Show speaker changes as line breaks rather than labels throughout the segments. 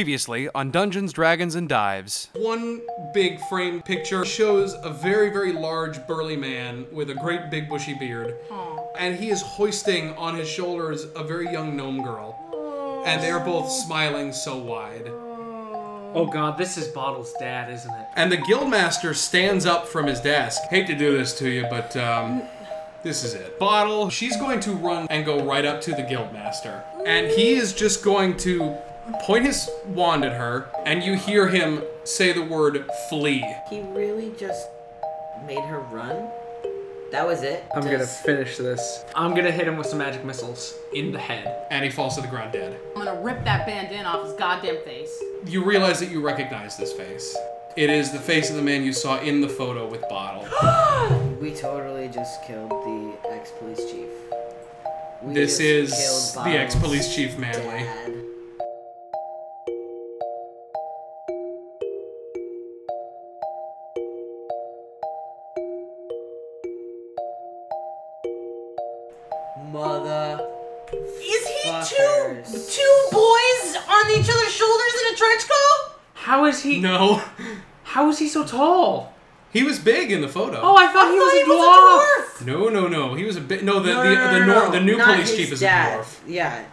Previously on Dungeons, Dragons, and Dives.
One big framed picture shows a very, very large burly man with a great big bushy beard. And he is hoisting on his shoulders a very young gnome girl. And they're both smiling so wide.
Oh god, this is Bottle's dad, isn't it?
And the guildmaster stands up from his desk. Hate to do this to you, but um, this is it. Bottle, she's going to run and go right up to the guildmaster. And he is just going to point his wand at her, and you hear him say the word flee.
He really just made her run. That was it.
I'm gonna
Just-
finish this.
I'm gonna hit him with some magic missiles in the head.
and he falls to the ground dead.
I'm gonna rip that bandana off his goddamn face.
You realize that you recognize this face. It is the face of the man you saw in the photo with Bottle.
We totally just killed the ex-police chief. We
This
just
is
killed
the
Bottles'
ex-police chief Manley.
dad. Mother.
Is he
Fuckers.
two two boys on each other's shoulders in a trench coat?
How is he
No,
how is he so tall?
he was big in the photo.
Oh I thought, he, was a
dwarf.
no, no, no. He was a bit. No, the
No,
the,
no, no,
the,
no,
nor-
no.
the new
Not
police
his
chief is
dad.
a dwarf.
Yeah,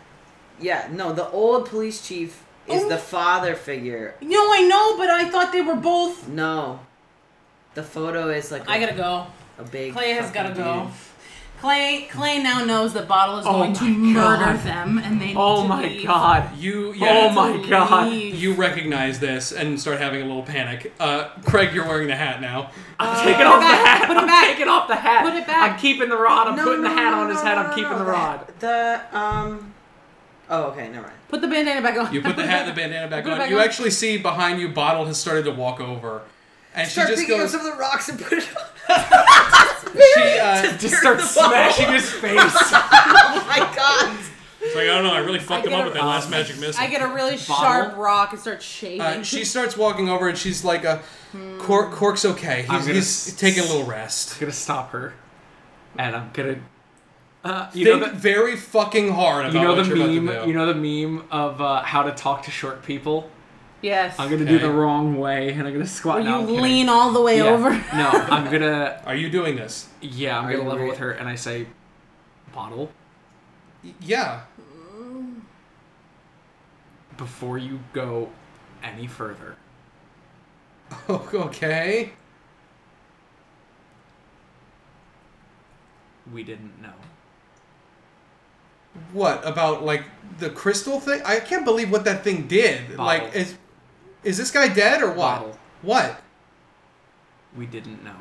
yeah. No, the old police chief is
Oh.
the father figure.
No, I know, but I thought they were both.
No, the photo is like a
I gotta go.
a big.
Clay has gotta
fucking
go.
dude.
Clay Clay now knows that Bottle is
Oh
going to
my
murder
God.
them, and they need
Oh
to
my
leave.
god.
You, yeah,
Oh my
To
God.
leave.
You recognize this and start having a little panic. Uh, Craig, you're wearing the hat now.
I'm taking off the
back,
hat.
put it
I'm
back.
taking off the hat.
Put it back.
I'm keeping the rod. I'm
No,
putting the
no,
hat
no,
on his
no,
head.
no,
I'm
no,
keeping
no,
the rod.
The um. Oh, okay, never mind.
Put the bandana back on.
You put the hat and the bandana back
Put it
on.
back
you
on.
actually see behind you, Bottle has started to walk over, and
Start
she just
picking
goes.
up some of the rocks and put it on.
she, uh,
Just starts smashing his face.
Oh my god.
It's like, I don't know, I really fucked
I
him up
get
with
a-
that last magic missile.
I get a really sharp rock and start shaving.
uh, she starts walking over and she's like, a, Cork,
Hmm.
Cork's okay. He's,
gonna
he's
s-
taking a little rest.
gonna stop her. And I'm gonna uh, you
Think
know the,
very fucking hard about
you know
what
the
you're about to
meme
do.
you know the meme of uh, how to talk to short people?
yes.
I'm gonna
Okay.
do the wrong way and I'm gonna squat
Will
down.
you
I'm kidding.
lean all the way
Yeah.
over?
no, I'm gonna
Are you doing this?
Yeah, I'm
Are
gonna
you
level
re-
with her and I say, bottle,
Y- Yeah.
before you go any further,
Oh, okay.
we didn't know.
What about like the crystal thing? I can't believe what that thing did.
Bottle.
Like, is is this guy dead or what?
Bottle.
What?
We didn't know.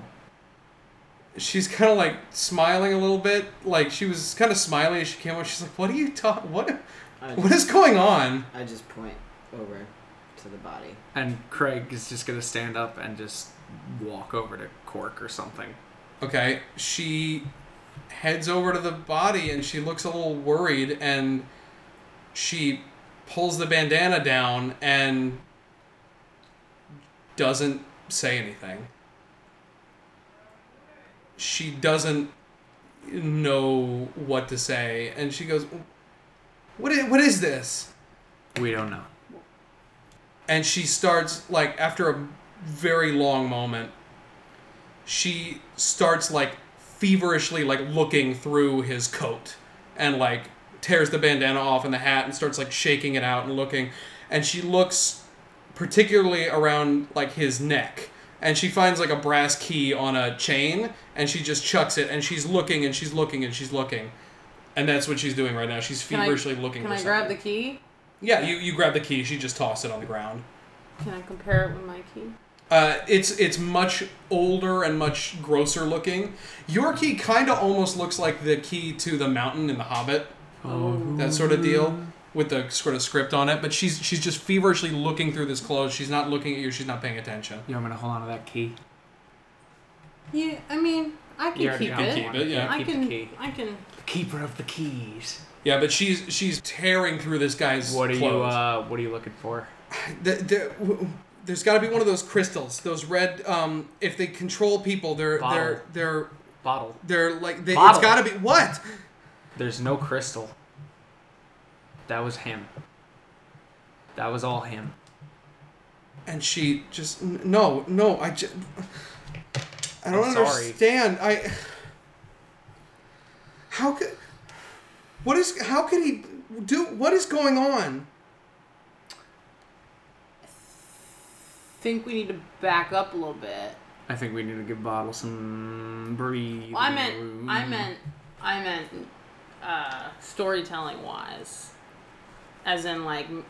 She's kind of like smiling a little bit. Like she was kind of smiling as she came over. She's like, "What are you talking? What?
I
What is going on?"
I just point over to the body.
And Craig is just gonna stand up and just walk over to Cork or something.
Okay, she heads over to the body and she looks a little worried and she pulls the bandana down and doesn't say anything. She doesn't know what to say and she goes, "What is, what is this?"
We don't know.
and she starts like after a very long moment she starts like feverishly like looking through his coat and like tears the bandana off and the hat and starts like shaking it out and looking and she looks particularly around like his neck and she finds like a brass key on a chain and she just chucks it and she's looking and she's looking and she's looking and that's what she's doing right now she's
Can I-
feverishly looking
Can
for
I grab the
something.
key?
yeah you, you grab the key she just tossed it on the ground
Can I compare it with my key?
Uh, it's it's much older and much grosser looking. Your key kind of almost looks like the key to the mountain in The Hobbit,
Oh.
that sort of deal, with the sort of script on it. But she's she's just feverishly looking through this clothes. She's not looking at you. She's not paying attention.
You want me to hold on to that key?
Yeah, I mean, I
You
can
already
keep
got
it.
Keep
one.
it, yeah.
I
Keep
can.
the key.
I can.
The keeper of the keys.
Yeah, but she's she's tearing through this guy's
What are you?
clothes.
Uh, what are you looking for?
The- the- w- w- there's got to be one of those crystals. Those red. Um, if they control people, they're
Bottle.
they're they're
Bottle.
they're like they, it's
Bottle.
got to be what?
There's no crystal. That was him. That was all him.
and she just "N- no no i just i don't
I'm sorry.
understand i how could what is how could he do what is going on
think we need to back up a little bit.
I think we need to give Bottle some breathing.
Well, I meant, I meant, I meant, uh, storytelling wise, as in like, m-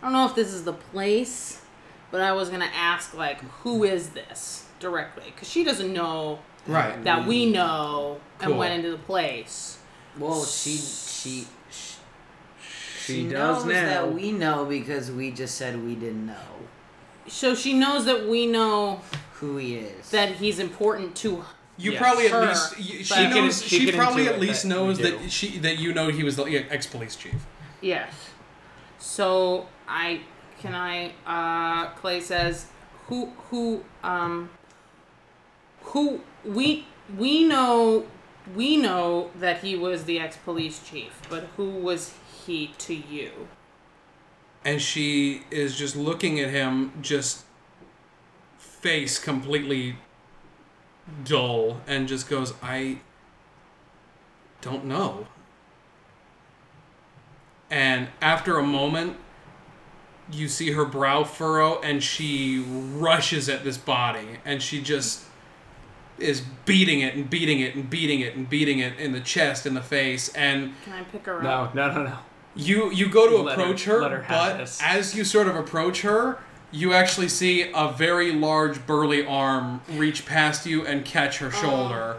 I don't know if this is the place, but I was gonna ask like, who is this directly? Because she doesn't know
right
that
Mm.
we know and
Cool.
went into the place.
Well, she she she,
She
knows that we know because we just said we didn't know
So she knows that we know
who he is.
that he's important to.
you
Yeah,
probably
sure,
at least you, she
but- She
can-
knows
she
she,
can
probably
intuit
at least
that
knows
we do.
that she that you know he was the yeah, ex-police chief
Yes. So I can I uh Clay says who who um who we we know we know that he was the ex police chief, but who was he to you?
and she is just looking at him just face completely dull and just goes i don't know and after a moment you see her brow furrow and she rushes at this body and she just is beating it and beating it and beating it and beating it in the chest in the face and
Can I pick her up?
No, no, no, no.
you you go to
Let her-
approach her,
let her have
but
this.
as you sort of approach her, you actually see a very large burly arm reach past you and catch her shoulder.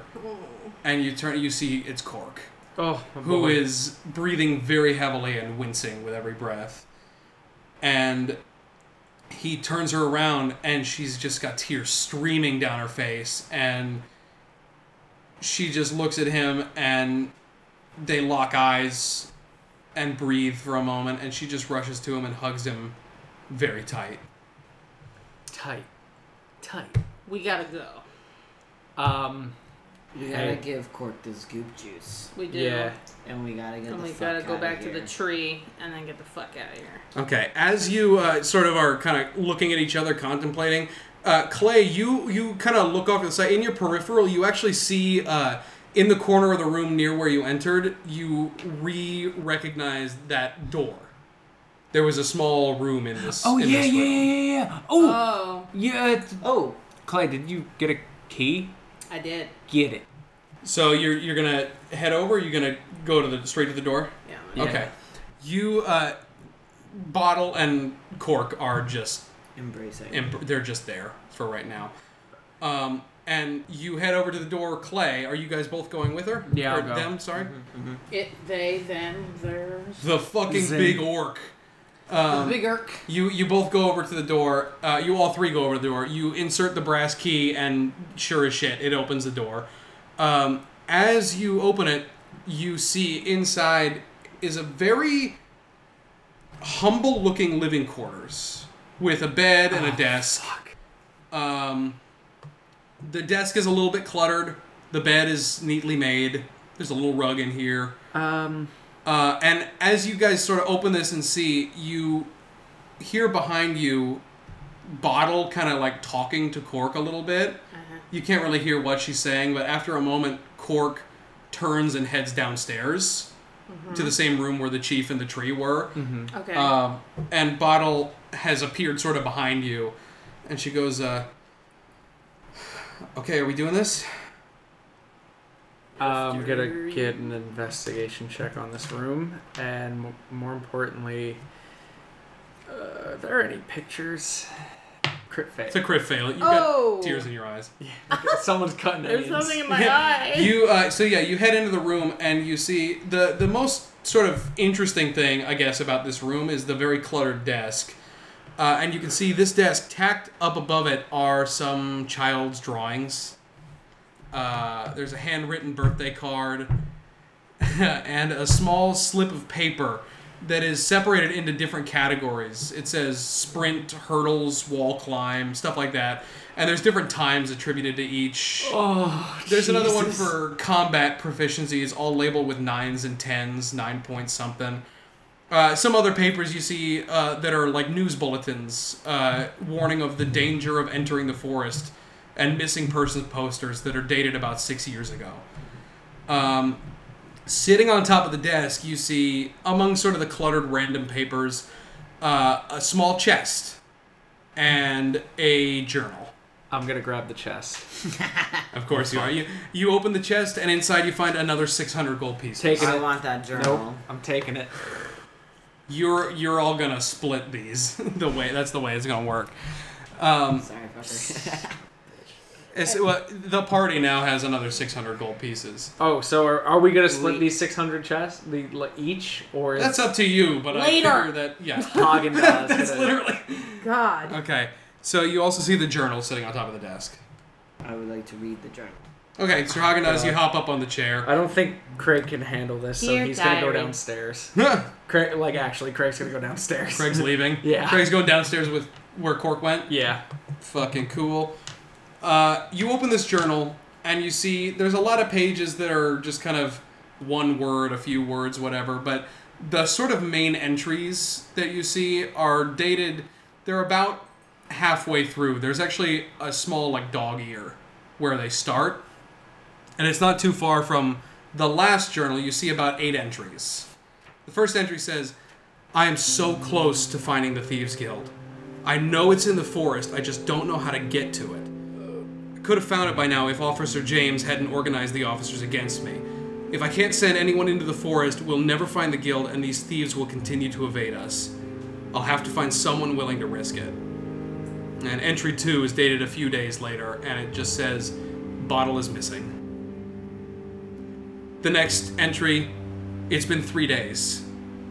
And you turn you see it's Cork,
Oh,
who is breathing very heavily and wincing with every breath. And he turns her around and she's just got tears streaming down her face and she just looks at him and they lock eyes and breathe for a moment, and she just rushes to him and hugs him very tight.
tight, tight.
We gotta go.
Um,
we gotta give Cork this goop juice,
We do.
yeah.
and we gotta get
And
the
we
fuck
gotta go
outta
back to
here.
the tree and then get the fuck out of here.
Okay, as you uh, sort of are kind of looking at each other, contemplating, uh, Clay, you you kind of look off to the side. In your peripheral, you actually see uh, in the corner of the room near where you entered, you re recognize that door. There was a small room in this.
Oh
in
yeah,
this
yeah,
room.
yeah, yeah, yeah. Oh,
Oh,
yeah. it's-
oh,
Clay, did you get a key?
I did.
Get it.
So you're you're gonna head over. You're gonna go to the straight to the door.
Yeah.
Yeah.
Okay, you uh, bottle and cork are just
embracing.
imp- they're just there for right now. Um, and you head over to the door. Clay, are you guys both going with her?
Yeah,
or
I'll go. Mm-hmm.
them. Sorry,
It they them theirs.
the fucking
Zing.
big orc.
Big Irk.
You you both go over to the door. Uh, you all three go over to the door. You insert the brass key, and sure as shit, it opens the door. Um, as you open it, you see inside is a very humble-looking living quarters with a bed and a desk. Um, the desk is a little bit cluttered. The bed is neatly made. There's a little rug in here.
Um,
Uh, and as you guys sort of open this and see, you hear behind you Bottle kind of like talking to Cork a little bit. You can't really hear what she's saying, but after a moment, Cork turns and heads downstairs to the same room where the chief and the tree were.
Mm-hmm. Okay.
Um, and Bottle has appeared sort of behind you, and she goes, uh, "Okay, are we doing this?"
I'm gonna Um, get an investigation check on this room, and m- more importantly, uh, are there any pictures? Crit fail.
It's a crit fail. You've
Oh.
got tears in your eyes.
Someone's cutting
There's
onions.
something in my eye.
you uh, so yeah you head into the room and you see the the most sort of interesting thing i guess about this room is the very cluttered desk uh, and you can see this desk tacked up above it are some child's drawings uh, there's a handwritten birthday card and a small slip of paper that is separated into different categories. It says sprint, hurdles, wall climb, stuff like that. And there's different times attributed to each.
Oh,
There's another one
Jesus.
for combat proficiencies, all labeled with nines and tens, nine points something. Uh, some other papers you see uh, that are like news bulletins, uh, warning of the danger of entering the forest, and missing persons posters that are dated about six years ago. Um, sitting on top of the desk, you see among sort of the cluttered random papers uh, a small chest and a journal.
I'm gonna grab the chest.
Of course you are. You you open the chest and inside you find another 600 gold pieces.
Taking
I
it.
want that journal.
Nope. I'm taking it.
You're you're all gonna split these. the way that's the way it's gonna work. Um,
Sorry, fucker.
it's, well, the party now has another 600 gold pieces.
Oh, so are, are we gonna split
We-
these 600 chests, the like, each, or is
That's up to you, but I
Later.
figure that yeah.
Hagen
that's literally
God.
okay. So you also see the journal sitting on top of the desk.
I would like to read the journal.
Okay, so Hagen as you
God.
hop up on the chair.
I don't think Craig can handle this, so
Dear
he's gonna go
diary.
downstairs. Craig, like actually, Craig's gonna go downstairs.
Craig's leaving.
Yeah.
Craig's going downstairs with where Cork went.
yeah.
fucking cool. Uh, you open this journal and you see there's a lot of pages that are just kind of one word, a few words, whatever. But the sort of main entries that you see are dated. They're about halfway through. There's actually a small like dog ear where they start, and it's not too far from the last journal. You see about eight entries. The first entry says, "I am so close to finding the thieves' guild." I know it's in the forest, I just don't know how to get to it. I could have found it by now if Officer James hadn't organized the officers against me. If I can't send anyone into the forest, we'll never find the guild and these thieves will continue to evade us. I'll have to find someone willing to risk it. And entry 2 is dated a few days later and it just says bottle is missing. The next entry, it's been 3 days.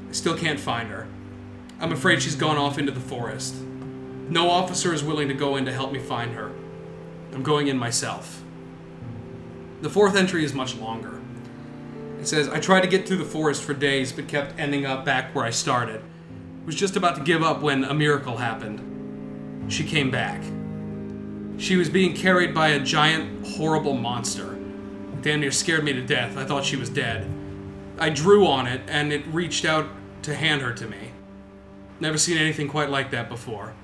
I still can't find her. I'm afraid she's gone off into the forest. No officer is willing to go in to help me find her. I'm going in myself. The fourth entry is much longer. It says, I tried to get through the forest for days, but kept ending up back where I started. Was just about to give up when a miracle happened. She came back. She was being carried by a giant, horrible monster. Damn near scared me to death. I thought she was dead. I drew on it, and it reached out to hand her to me. Never seen anything quite like that before.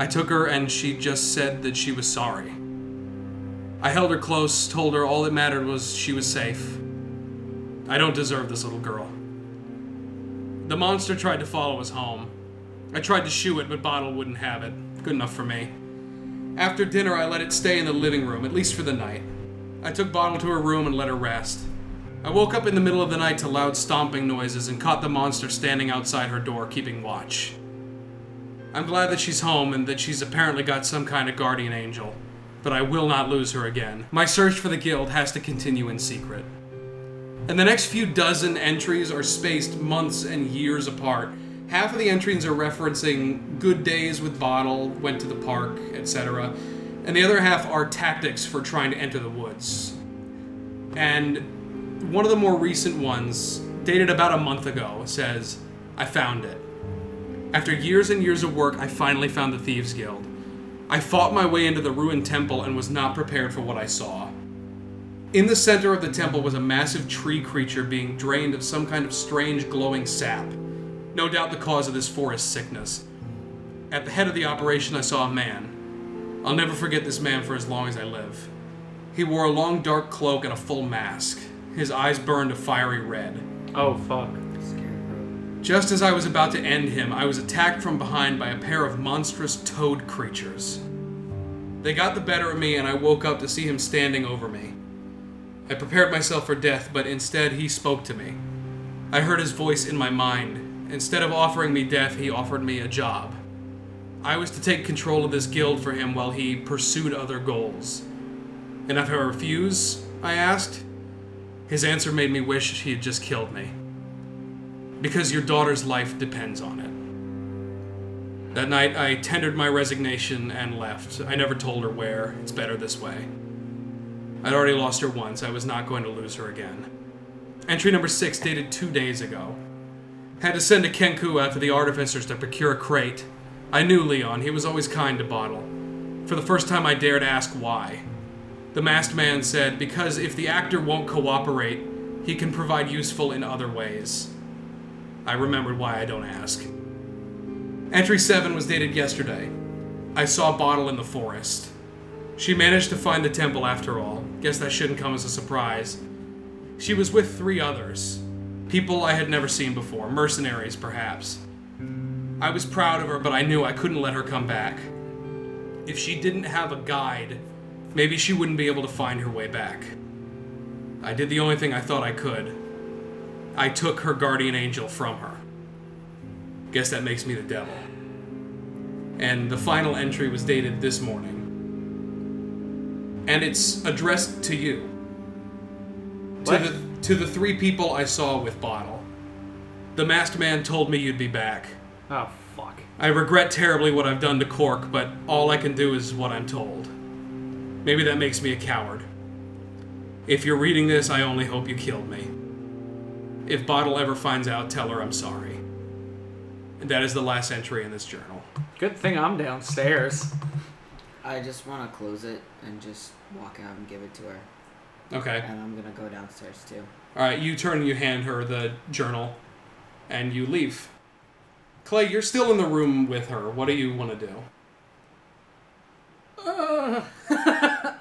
I took her and she just said that she was sorry. I held her close, told her all that mattered was she was safe. I don't deserve this little girl. The monster tried to follow us home. I tried to shoo it, but Bottle wouldn't have it. Good enough for me. After dinner, I let it stay in the living room, at least for the night. I took Bottle to her room and let her rest. I woke up in the middle of the night to loud stomping noises and caught the monster standing outside her door, keeping watch. I'm glad that she's home and that she's apparently got some kind of guardian angel, but I will not lose her again. My search for the guild has to continue in secret. And the next few dozen entries are spaced months and years apart. Half of the entries are referencing good days with Bottle, went to the park, etc., and the other half are tactics for trying to enter the woods. And one of the more recent ones, dated about a month ago, says, I found it. After years and years of work, I finally found the Thieves Guild. I fought my way into the ruined temple and was not prepared for what I saw. In the center of the temple was a massive tree creature being drained of some kind of strange glowing sap, no doubt the cause of this forest sickness. At the head of the operation, I saw a man. I'll never forget this man for as long as I live. He wore a long dark cloak and a full mask. His eyes burned a fiery red.
Oh fuck.
Scarecrow.
Just as I was about to end him, I was attacked from behind by a pair of monstrous toad creatures. They got the better of me, and I woke up to see him standing over me. I prepared myself for death, but instead he spoke to me. I heard his voice in my mind. Instead of offering me death, he offered me a job. I was to take control of this guild for him while he pursued other goals. And if I refuse, I asked. His answer made me wish he had just killed me because your daughter's life depends on it. That night, I tendered my resignation and left. I never told her where. It's better this way. I'd already lost her once. I was not going to lose her again. Entry number six, dated two days ago. Had to send a Kenku out to the artificers to procure a crate. I knew Leon. He was always kind to Bottle. For the first time, I dared ask why. The masked man said, Because if the actor won't cooperate, he can provide useful in other ways. I remembered why I don't ask. Entry 7 was dated yesterday. I saw Bottle in the forest. She managed to find the temple after all. Guess that shouldn't come as a surprise. She was with three others. People I had never seen before, mercenaries perhaps. I was proud of her, but I knew I couldn't let her come back. If she didn't have a guide, maybe she wouldn't be able to find her way back. I did the only thing I thought I could. I took her guardian angel from her. Guess that makes me the devil. And the final entry was dated this morning. And it's addressed to you.
What?
To the to the three people I saw with bottle. The masked man told me you'd be back.
Oh fuck.
I regret terribly what I've done to Cork, but all I can do is what I'm told. Maybe that makes me a coward. If you're reading this, I only hope you killed me. If Bottle ever finds out, tell her I'm sorry. And that is the last entry in this journal.
Good thing I'm downstairs.
I just want to close it and just walk out and give it to her.
Okay.
And I'm gonna go downstairs too.
All right, you turn and you hand her the journal, and you leave. Clay, you're still in the room with her. What do you want to do? Uh,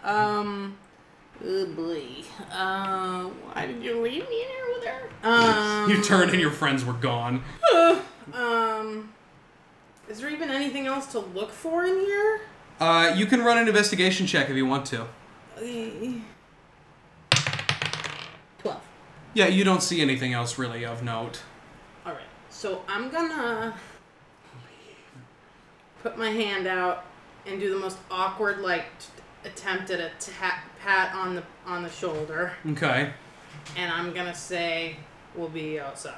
um, oh boy. Uh, why did you leave me in here with her? Um,
You turn and your friends were gone.
um, is there even anything else to look for in here?
Uh, you can run an investigation check if you want to.
Okay. Twelve.
Yeah, you don't see anything else really of note.
All right. So I'm gonna put my hand out and do the most awkward like t- attempt at a tap pat on the on the shoulder,
Okay.
and I'm gonna say we'll be outside.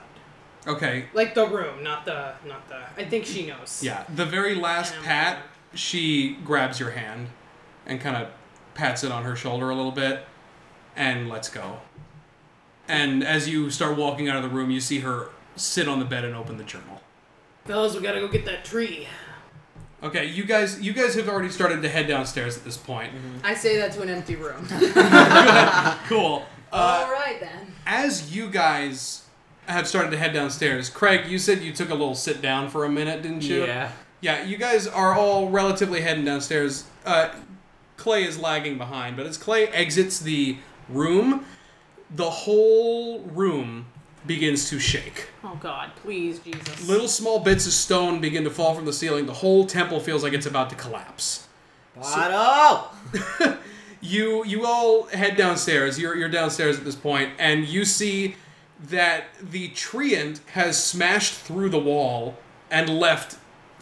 Okay.
Like the room, not the not the. I think she knows.
Yeah. The very last
And I'm
pat,
gonna-
she grabs your hand and kind of pats it on her shoulder a little bit and lets go. And as you start walking out of the room, you see her sit on the bed and open the journal.
Fellas, we gotta go get that tree.
Okay, you guys you guys have already started to head downstairs at this point.
I say that to an empty room.
Cool. Uh,
Uh,
All right then.
As you guys have started to head downstairs, Craig, you said you took a little sit down for a minute, didn't you?
Yeah.
Yeah, you guys are all relatively heading downstairs. Uh, Clay is lagging behind, but as Clay exits the room, the whole room begins to shake.
Oh God, please, Jesus.
Little small bits of stone begin to fall from the ceiling. The whole temple feels like it's about to collapse.
Bottle!
You you all head downstairs. You're you're downstairs at this point, and you see that the treant has smashed through the wall and left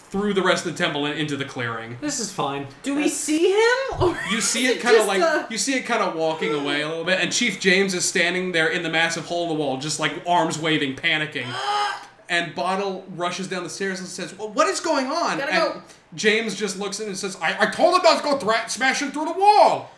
through the rest of the temple and into the clearing.
This is fine.
Do we see him? Or
You
is
see it kind of
just uh,
like
a-
you see it kind of walking away a little bit, and Chief James is standing there in the massive hole in the wall, just like arms waving, panicking. And Bottle rushes down the stairs and says, well, "What is going on?"
Gotta
and
go.
James just looks in and says, "I, I told him not to go thra- smashing through the wall."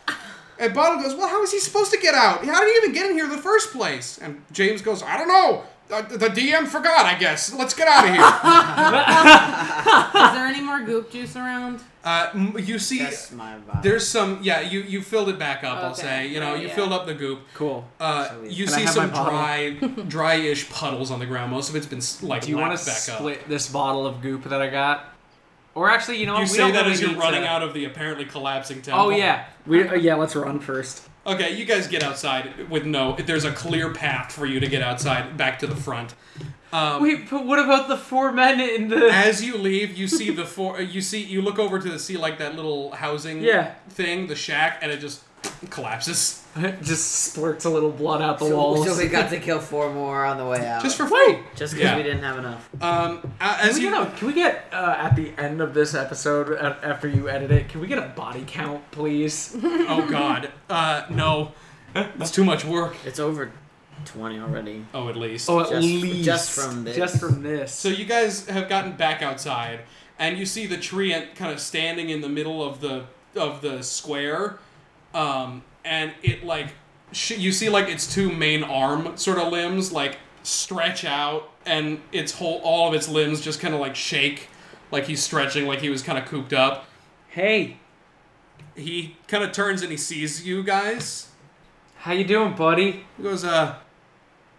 And Bottle goes, "Well, how is he supposed to get out? How did he even get in here in the first place?" And James goes, "I don't know. Uh, the DM forgot, I guess. Let's get out of here."
Is there any more goop juice around?
uh, m- you see,
That's my vibe.
there's some. Yeah, you you filled it back up. I'll
Okay.
say. You know, you
Yeah.
filled up the goop.
Cool.
Uh,
So we-
you
Can I
see
have
some
my bottle?
dry, dryish puddles on the ground. Most of it's been s- like
Do you want
lapped
to
back
split
up.
this bottle of goop that I got? Or actually, you know what?
You
we
say
don't
that
really
as you're
need
running
to...
out of the apparently collapsing temple.
Oh yeah. We uh, yeah. Let's run first.
Okay, you guys get outside with no. There's a clear path for you to get outside back to the front. Um,
Wait, but what about the four men in the?
As you leave, you see the four. uh, You see you look over to the sea like that little housing
Yeah.
thing, the shack, and it just collapses
Just splurts a little blood out the
so,
walls.
so we got to kill four more on the way out.
just for free.
Just 'cause
yeah.
we didn't have enough.
Um, a- as
Uh, Can we
you
get a, can we get uh, at the end of this episode a- after you edit it? Can we get a body count, please?
oh god, uh, no, it's too much work.
It's over 20 already.
Oh, at least.
Oh, at
Just-
least
just from this.
Just from this.
So you guys have gotten back outside, and you see the treant kind of standing in the middle of the of the square, um, and it like sh- you see like its two main arm sort of limbs like stretch out, and its whole all of its limbs just kind of like shake, like he's stretching, like he was kind of cooped up.
hey,
He kind of turns and he sees you guys.
how you doing, buddy?
He goes, uh,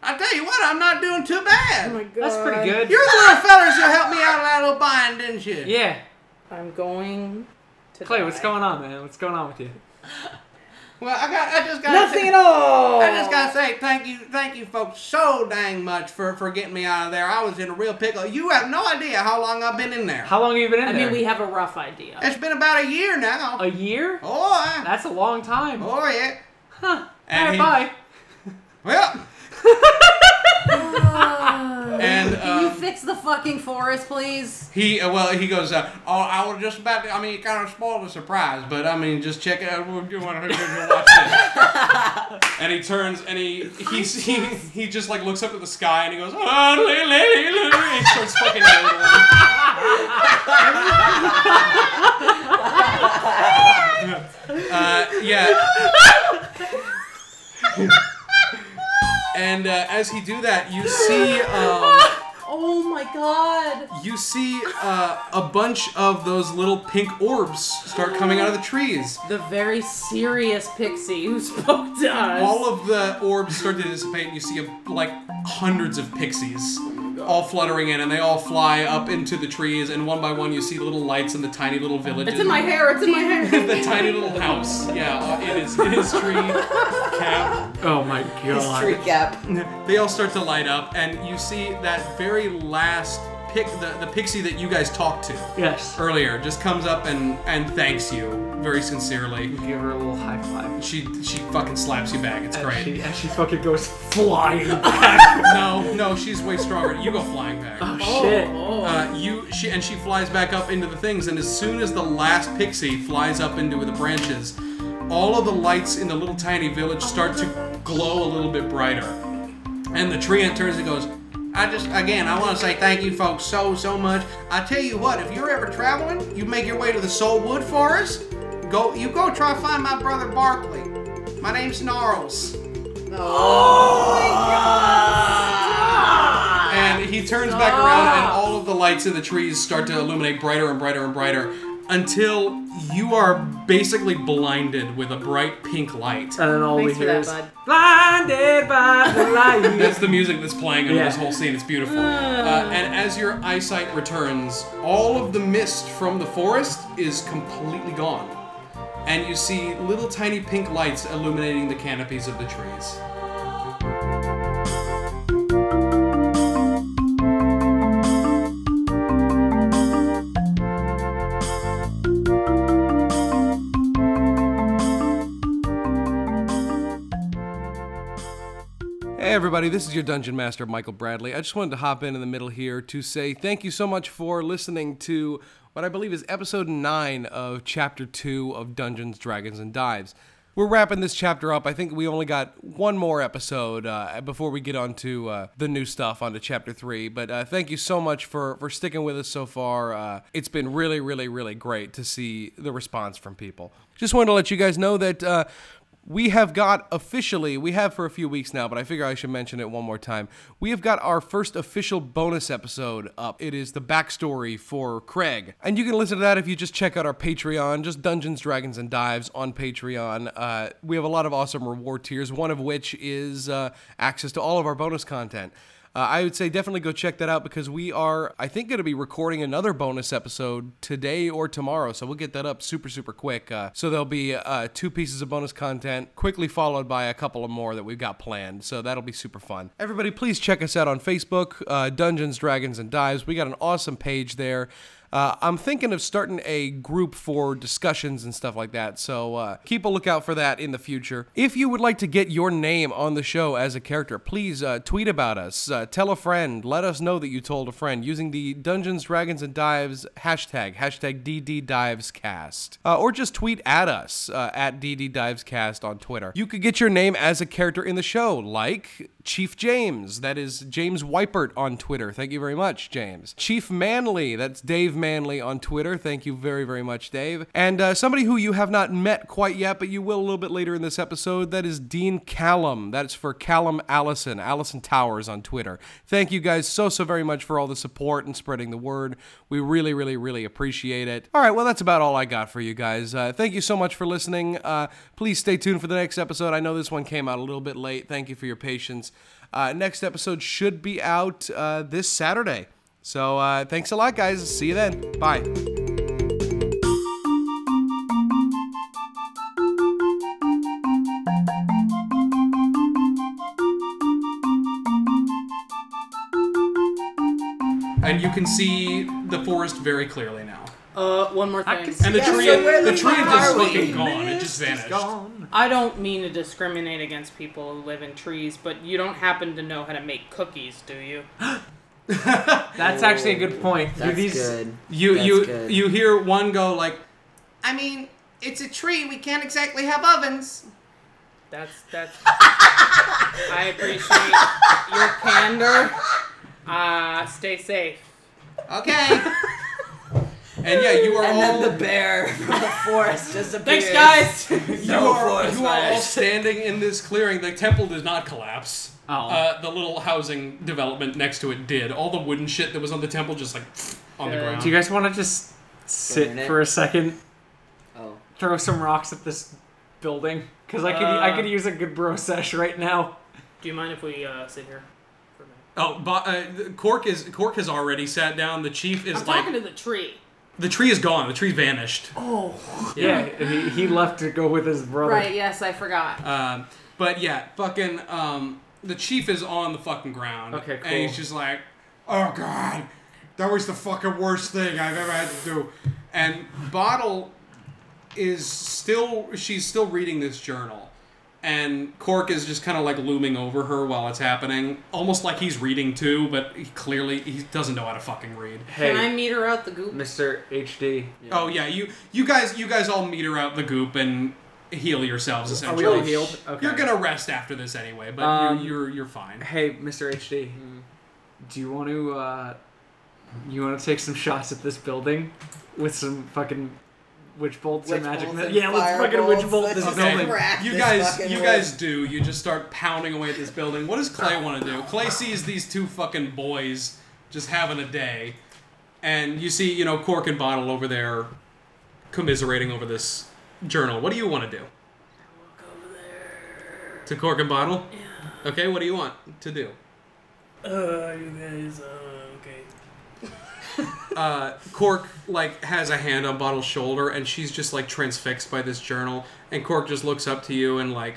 I tell you what, I'm not doing too
Oh
bad.
That's pretty good.
You're the little fellas who helped me out of that little bind, didn't you?
yeah.
I'm going to.
Clay, what's
die.
going on, man? What's going on with you?
Well, I got, I just got
Nothing at all.
I just gotta say thank you, thank you folks so dang much for, for getting me out of there. I was in a real pickle. You have no idea how long I've been in there.
How long have you been in
I
there?
mean, we have a rough idea.
It's been about a year now.
a year?
Oh, I,
That's a long time.
oh yeah.
Huh.
And
Alright,
he-
bye.
Well,
Ah.
and
Can
uh,
you
um,
fix the fucking forest, please?
he uh, well he goes. Uh, oh, I was just about. to, I mean, it kind of spoiled the surprise, but I mean, just check it out. We're doing watch this. and he turns and he he he, he just like looks up at the sky and he goes. Oh, li- li- li- li," and he starts fucking yodeling. Uh, yeah. and uh, as he do that, you see um,
Oh my god.
you see uh, a bunch of those little pink orbs start coming out of the trees.
The very serious pixie who spoke to us.
All of the orbs start to dissipate, and you see a, like hundreds of pixies all fluttering in, and they all fly up into the trees. And one by one, you see little lights in the tiny little villages.
it's in my hair, it's in my hair.
the tiny little house. Yeah, uh, it is. It is tree cap.
Oh my
History
god.
gap.
they all start to light up, and you see that very last pick the, the pixie that you guys talked to
Yes.
earlier just comes up and and thanks you very sincerely.
Give her a little high five.
She she fucking slaps you back. It's
And
great.
she, and she fucking goes flying back.
No, no, she's way stronger. You go flying
oh,
back.
shit.
Uh, you she and she flies back up into the things, and as soon as the last pixie flies up into the branches, all of the lights in the little tiny village start to glow a little bit brighter. And the treant turns and goes, I just, again, I want to say thank you folks so, so much. I tell you what, if you're ever traveling, you make your way to the Soul Wood Forest, go, you go try to find my brother Barkley. My name's Gnarls.
Oh
And he turns back around, and all of the lights in the trees start to illuminate brighter and brighter and brighter until you are basically blinded with a bright pink light.
And then all
Thanks
we
for
hear
that,
is
bud.
blinded by the light.
That's the music that's playing under
Yeah.
this whole scene. It's beautiful. Uh, and as your eyesight returns, all of the mist from the forest is completely gone. And you see little tiny pink lights illuminating the canopies of the trees.
Hey everybody, this is your Dungeon Master Michael Bradley. I just wanted to hop in in the middle here to say thank you so much for listening to what I believe is episode 9 of chapter 2 of Dungeons, Dragons and Dives. We're wrapping this chapter up. I think we only got one more episode uh, before we get onto uh, the new stuff onto chapter 3, but uh, thank you so much for for sticking with us so far. Uh, it's been really really really great to see the response from people. Just wanted to let you guys know that uh we have got officially, we have for a few weeks now, but I figure I should mention it one more time. We have got our first official bonus episode up. It is the backstory for Craig. And you can listen to that if you just check out our Patreon, just Dungeons, Dragons, and Dives on Patreon. Uh, we have a lot of awesome reward tiers, one of which is uh, access to all of our bonus content. Uh, I would say definitely go check that out because we are, I think, going to be recording another bonus episode today or tomorrow. So we'll get that up super, super quick. Uh, so there'll be uh, two pieces of bonus content, quickly followed by a couple of more that we've got planned. So that'll be super fun. Everybody, please check us out on Facebook, uh, Dungeons, Dragons, and Dives. We got an awesome page there. Uh, I'm thinking of starting a group for discussions and stuff like that, so uh, keep a lookout for that in the future. If you would like to get your name on the show as a character, please uh, tweet about us, uh, tell a friend, let us know that you told a friend using the Dungeons, Dragons, and Dives hashtag, hashtag DDDivescast, uh, or just tweet at us uh, at DDDivescast on Twitter. You could get your name as a character in the show, like Chief James. That is James Weipert on Twitter. Thank you very much, James. Chief Manley. That's Dave Manley on Twitter. Thank you very, very much, Dave. And uh, somebody who you have not met quite yet, but you will a little bit later in this episode, that is Dean Callum. That's for Callum Allison, Allison Towers on Twitter. Thank you guys so, so very much for all the support and spreading the word. We really, really, really appreciate it. All right, well, that's about all I got for you guys. Uh, thank you so much for listening. Uh, please stay tuned for the next episode. I know this one came out a little bit late. Thank you for your patience.
Dragons. Uh, next episode should be out uh, this Saturday. So uh, thanks a lot, guys. See you then. Bye.
and you can see the forest very clearly now.
Uh, one more thing.
I
I,
can see-
And the
Yeah,
tree,
so where
the
the
tree
fuck
is just
are we?
fucking gone. It just vanished.
Gone.
don't mean to discriminate against people who live in trees, but you don't happen to know how to make cookies, do you?
That's actually a good point. Do
That's
these-
good.
You
That's
you
good.
you hear one go like,
I mean, it's a tree. We can't exactly have ovens.
That's that's. I appreciate your candor. Uh, stay safe.
Okay.
and yeah, you are
And
all
then the bear from the forest just appears.
Thanks, guys.
you
No
are
forest
you are all
fires.
standing in this clearing. The temple does not collapse.
Oh.
Uh-huh.
Uh, the little housing development next to it did. All the wooden shit that was on the temple just like on the
Good.
ground.
Do you guys want to just sit
Internet.
for a second?
Oh.
Throw some rocks at this building? Because I could I could use a good bro sesh right now.
Do you mind if we uh, sit here? for a minute?
oh, but, uh, Cork is Cork has already sat down. The chief is
I'm
like
talking to the tree.
the tree is gone. The tree vanished.
Yeah, he, he left to go with his brother.
Right. Yes, I forgot.
Um, but yeah, fucking um, the chief is on the fucking ground.
Okay, cool.
And he's just like, oh god, that was the fucking worst thing I've ever had to do. And Bottle is still, she's still reading this journal. And Cork is just kind of like looming over her while it's happening, almost like he's reading too, but he clearly he doesn't know how to fucking read.
Hey,
Can I meter out the goop?
Mr. HD.
Oh yeah, you you guys you guys all meter out the goop and heal yourselves
Are
essentially.
we all healed? Okay.
You're gonna rest after this anyway, but
Um,
you're, you're you're fine.
Hey, Mr. HD. Do you want to uh, you want to take some shots at this building with some fucking witch bolts
Witch
and magic?
bolts
ma-
and
yeah, let's
fire
fucking
bolts,
witch bolt
let's
this
just
Okay,
building.
crack
you
this
guys
fucking
you
wood.
guys do. You just start pounding away at this building. What does Clay want to do? Clay sees these two fucking boys just having a day, and you see you know Cork and Bottle over there commiserating over this journal. What do you want to do? To Cork and Bottle. Yeah. Okay, what do you want to do?
Uh, you guys. Uh, okay.
uh, Cork like has a hand on Bottle's shoulder, and she's just like transfixed by this journal. And Cork just looks up to you and like,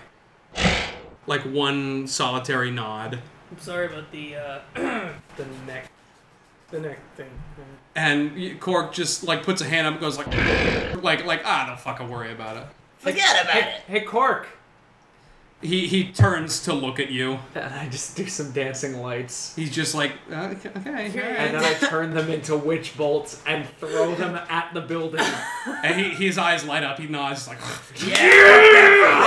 like one solitary nod.
I'm sorry about the uh, the neck, the neck thing.
And y- Cork just like puts a hand up, and goes like, like like ah, don't fucking worry about it.
Forget about
Hey,
it.
hey, Cork.
He he turns to look at you.
And I just do some dancing lights.
He's just like uh, okay, okay.
And then I turn them into witch bolts and throw them at the building.
And he, his eyes light up. He nods, like, yeah.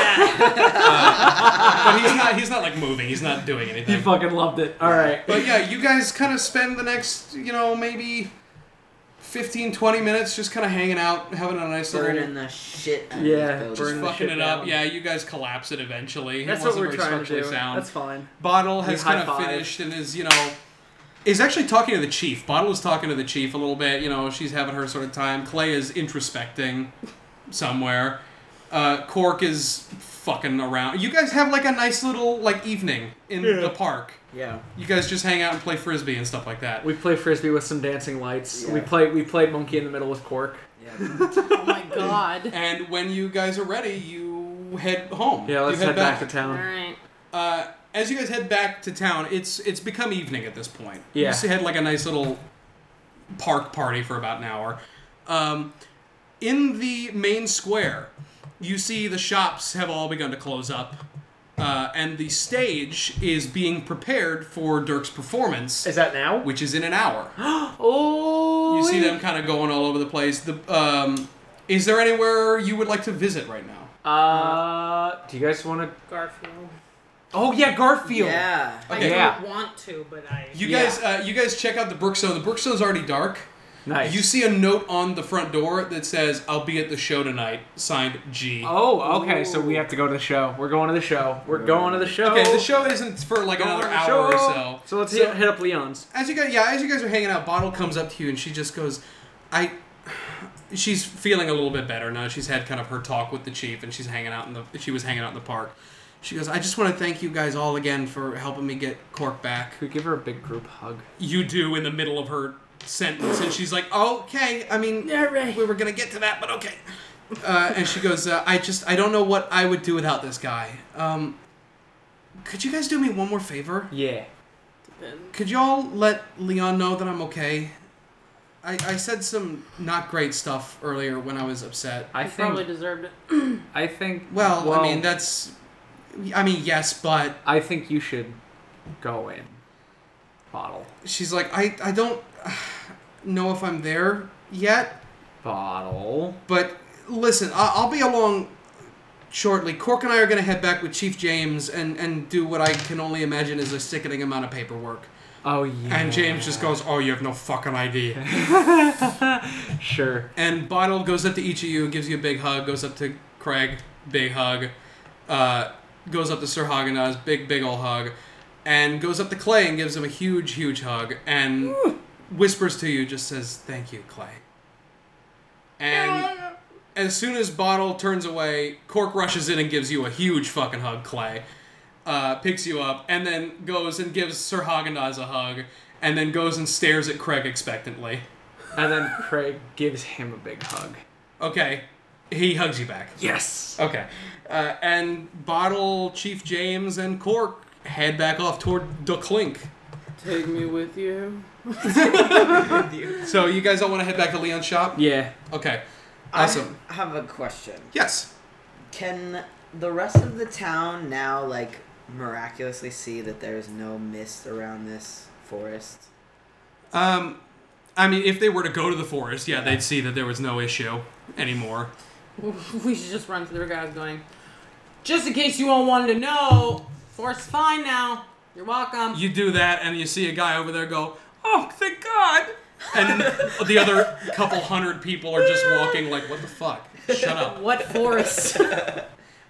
but he's not. He's not like moving. He's not doing anything.
You fucking loved it. All right.
But yeah, you guys kind of spend the next, you know, maybe 15, 20 minutes just kind of hanging out, having a nice
Burning
little.
the shit out
Yeah,
of this
burn
building.
the
Fucking
shit
it up.
down.
Yeah, you guys collapse it eventually.
That's
it
what
wasn't
we're
very
trying to
structurally
do.
sound.
That's fine.
Bottle has
high
kind of
five.
finished and is, you know, is actually talking to the chief. Bottle is talking to the chief a little bit. You know, she's having her sort of time. Clay is introspecting somewhere. Uh, Cork is fucking around. You guys have like a nice little like evening in the park.
Yeah.
You guys just hang out and play frisbee and stuff like that.
We play frisbee with some dancing lights.
Yeah.
We play we played monkey in the middle with Cork.
Yeah.
Oh my god.
And when you guys are ready, you head home.
Yeah, let's
you
head, back. to
All
town.
right.
Uh, as you guys head back to town, it's it's become evening at this point.
Yeah.
You just had like a nice little park party for about an hour. Um, in the main square, you see the shops have all begun to close up. Uh, and the stage is being prepared for Dirk's performance,
Is that now?
which is in an hour.
oh,
You see
yeah.
them kind of going all over the place. The um, is there anywhere you would like to visit right now?
Uh, do you guys want to?
Garfield.
Oh yeah, Garfield.
yeah.
Okay.
I
Yeah.
don't want to, but I.
You
Yeah.
guys, uh, you guys check out the Brookstone. The Brookstone's already dark.
Nice.
You see a note on the front door that says, "I'll be at the show tonight." Signed G.
oh, okay. So we have to go to the show. We're going to the show. We're going to the show.
Okay, the show isn't for like
Going
another
to the
hour or
show.
so.
So let's hit, hit up Leon's.
As you guys, yeah, as you guys are hanging out, Bottle comes up to you and she just goes, "I." She's feeling a little bit better now. She's had kind of her talk with the chief, and she's hanging out in the. She was hanging out in the park. She goes, I just want to thank you guys all again for helping me get Cork back.
Could we give her a big group hug?
You do in the middle of her sentence, and she's like, okay, I mean, we were going to get to that, but okay. Uh, and she goes, uh, I just, I don't know what I would do without this guy. Um, could you guys do me one more favor?
Yeah.
Could y'all let Leon know that I'm okay? I, I said some not great stuff earlier when I was upset.
I
You
think.
probably deserved it.
I think.
Well, I mean, that's. I mean, yes, but
I think you should go in. Bottle.
she's like, I, I don't know if I'm there yet,
Bottle.
but listen, I, I'll be along shortly. Cork and I are going to head back with Chief James and, and do what I can only imagine is a sickening amount of paperwork.
Oh yeah.
And James just goes, Oh, you have no fucking idea.
Sure.
and Bottle goes up to each of you, gives you a big hug, goes up to Craig, big hug, uh, goes up to Sir Hagenaz, big, big ol' hug, and goes up to Clay and gives him a huge, huge hug, and whispers to you, just says, Thank you, Clay. And as soon as Bottle turns away, Cork rushes in and gives you a huge fucking hug, Clay. Uh, picks you up and then goes and gives Sir Hagenaz a hug, and then goes and stares at Craig expectantly.
And then Craig gives him a big hug.
Okay, he hugs you back.
Yes.
Okay. Uh, and Bottle, Chief James, and Cork head back off toward the Clink.
Take me with you.
So you guys all want to head back to Leon's shop?
Yeah.
Okay. Awesome.
I have a question.
Yes.
Can the rest of the town now, like, miraculously see that there's no mist around this forest?
Um, I mean, if they were to go to the forest, yeah, they'd see that there was no issue anymore.
We should just run through the guys going. Just in case you all wanted to know, Force fine now. You're welcome.
You do that, and you see a guy over there go, "Oh, thank God!" And the other couple hundred people are just walking like, "What the fuck? Shut up!"
what forest?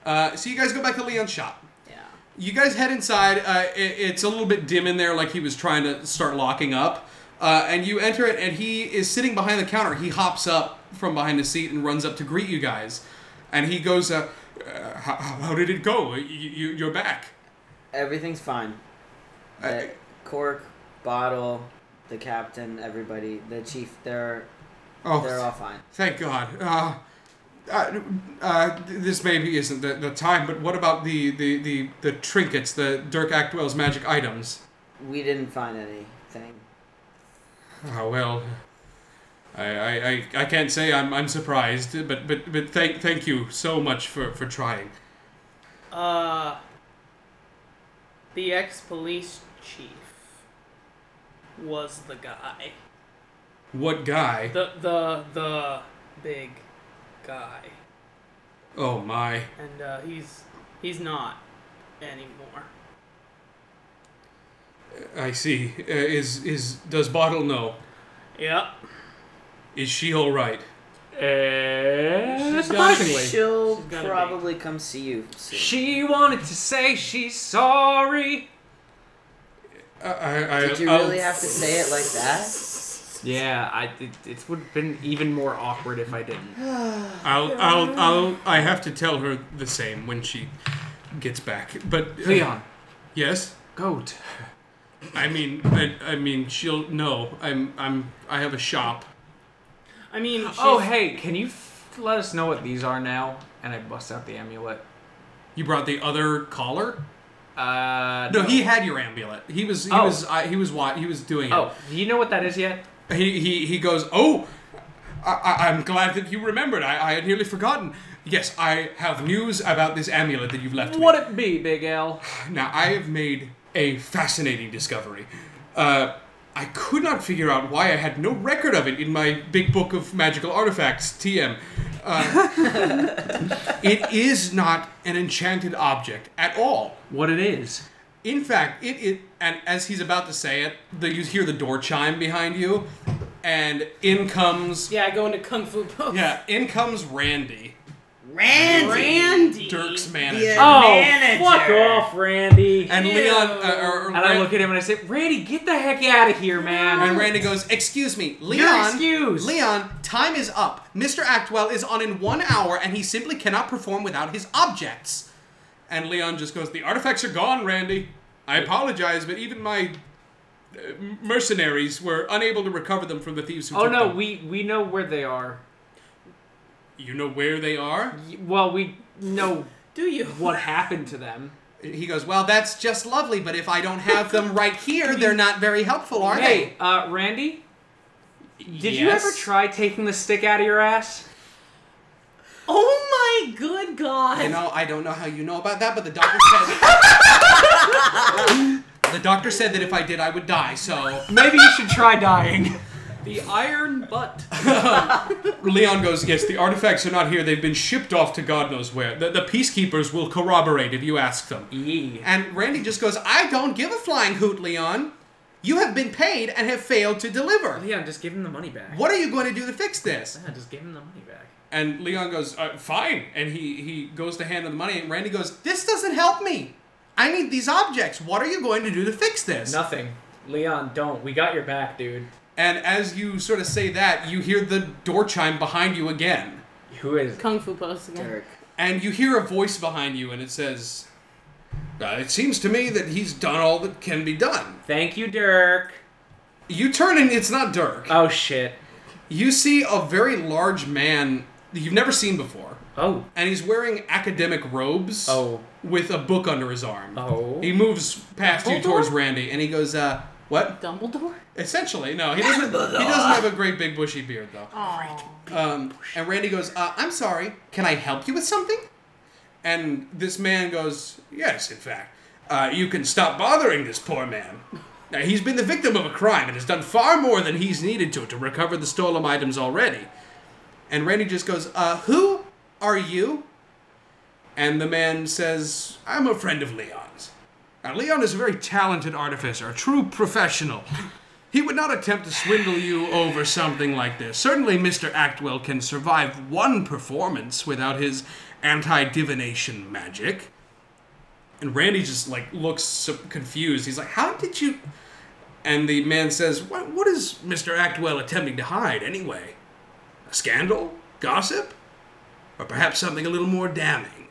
Uh, so you guys go back to Leon's shop.
yeah.
You guys head inside. Uh, it, it's a little bit dim in there, like he was trying to start locking up. Uh, and you enter it, and he is sitting behind the counter. He hops up from behind the seat and runs up to greet you guys. And he goes, uh, uh, how, how did it go? You, you, you're back.
Everything's fine. The cork, bottle, the captain, everybody, the chief, they're they're all
Oh,
fine.
thank God. Uh, uh, uh, this maybe isn't the, the time, but what about the, the, the, the trinkets, the Dirk Actwell's magic items?
We didn't find anything.
Oh well, I I, I, I can't say I'm, I'm surprised, but but but thank thank you so much for, for trying.
Uh, the ex police chief was the guy.
What guy?
The the the big guy,
Oh my.
and uh, he's he's not anymore.
I see. Uh, is is does Bottle know?
Yep.
Is she all right?
And
She's got-
surprisingly,
She'll
gotta be.
probably come see you soon.
she wanted to say she's sorry.
I, I, I,
Did you
I'll-
really have to say it like that?
Yeah, I it, it would have been even more awkward if I didn't.
I'll, I'll I'll I have to tell her the same when she gets back. But uh,
Leon,
Yes.
goat.
I mean I, I mean she'll know. I'm I'm I have a shop.
I mean, she's,
Oh hey, can you f- let us know what these are now? And I bust out the amulet.
You brought the other collar.
Uh,
No, he had your amulet. He was he
Oh.
was uh, he was wa- he was doing it.
Oh, do you know what that is yet?
He he he goes. Oh, I, I, I'm glad that you remembered. I, I had nearly forgotten. Yes, I have news about this amulet that you've left
What
me.
it be, Big L?
now I have made a fascinating discovery. Uh, I could not figure out why I had no record of it in my big book of magical artifacts (TM). Uh, it is not an enchanted object at all.
What it is?
In fact, it is, and as he's about to say it, the, you hear the door chime behind you, and in comes
yeah, going to kung fu pose.
yeah, in comes Randy,
Randy,
Randy.
Dirk's
the
manager,
Oh,
manager.
fuck off, Randy.
and
Ew.
Leon, uh, or, or
And I
Ran-
look at him and I say, Randy, get the heck out of here, man.
and Randy goes, "Excuse me, Leon.
excused."
Leon, time is up. Mister Actwell is on in one hour, and he simply cannot perform without his objects." And Leon just goes, The artifacts are gone, Randy. I apologize, but even my uh, mercenaries were unable to recover them from the thieves who
Oh
took
no,
them.
we we know where they are.
You know where they are?
Y- Well, we know
Do you?
what happened to them.
He goes, Well, that's just lovely, but if I don't have them right here, they're not very helpful, are
Hey, uh, Randy,
they?
did you ever
Yes.
try taking the stick out of your ass?
Oh my good god.
You know, I don't know how you know about that, but the doctor said. the doctor said that if I did, I would die, so.
Maybe you should try dying.
The iron butt.
Leon goes, Yes, the artifacts are not here. They've been shipped off to God knows where. The, the peacekeepers will corroborate if you ask them.
Yeah.
And Randy just goes, I don't give a flying hoot, Leon. You have been paid and have failed to deliver.
Leon, just give him the money back.
What are you going to do to fix this?
Leon, just give him the money back.
And Leon goes, uh, Fine. And he, he goes to hand him the money, and Randy goes, This doesn't help me. I need these objects. What are you going to do to fix this?
Nothing. Leon, don't. We got your back, dude.
And as you sort of say that, you hear the door chime behind you again.
Who is?
Kung Fu Post again.
Derek.
And you hear a voice behind you, and it says, "Uh, It seems to me that he's done all that can be done.
Thank you, Dirk.
You turn, and it's not Dirk.
Oh shit.
You see a very large man that you've never seen before,
Oh.
and he's wearing academic robes
Oh.
with a book under his arm.
Oh.
He moves past you
Dumbledore?
towards Randy, and he goes, uh, What?
Dumbledore?
Essentially, no, he doesn't, he doesn't have a great big bushy beard, though.
Aw.
Um, and Randy goes, uh, I'm sorry, can I help you with something? And this man goes, Yes, in fact. Uh, you can stop bothering this poor man. Now, he's been the victim of a crime and has done far more than he's needed to to recover the stolen items already. And Randy just goes, uh, Who are you? And the man says, I'm a friend of Leon's. Now, Leon is a very talented artificer, a true professional. He would not attempt to swindle you over something like this. Certainly, Mr. Actwell can survive one performance without his anti divination magic. And Randy just like looks so confused. He's like, How did you. And the man says, what, what is Mr. Actwell attempting to hide anyway? A scandal? Gossip? Or perhaps something a little more damning?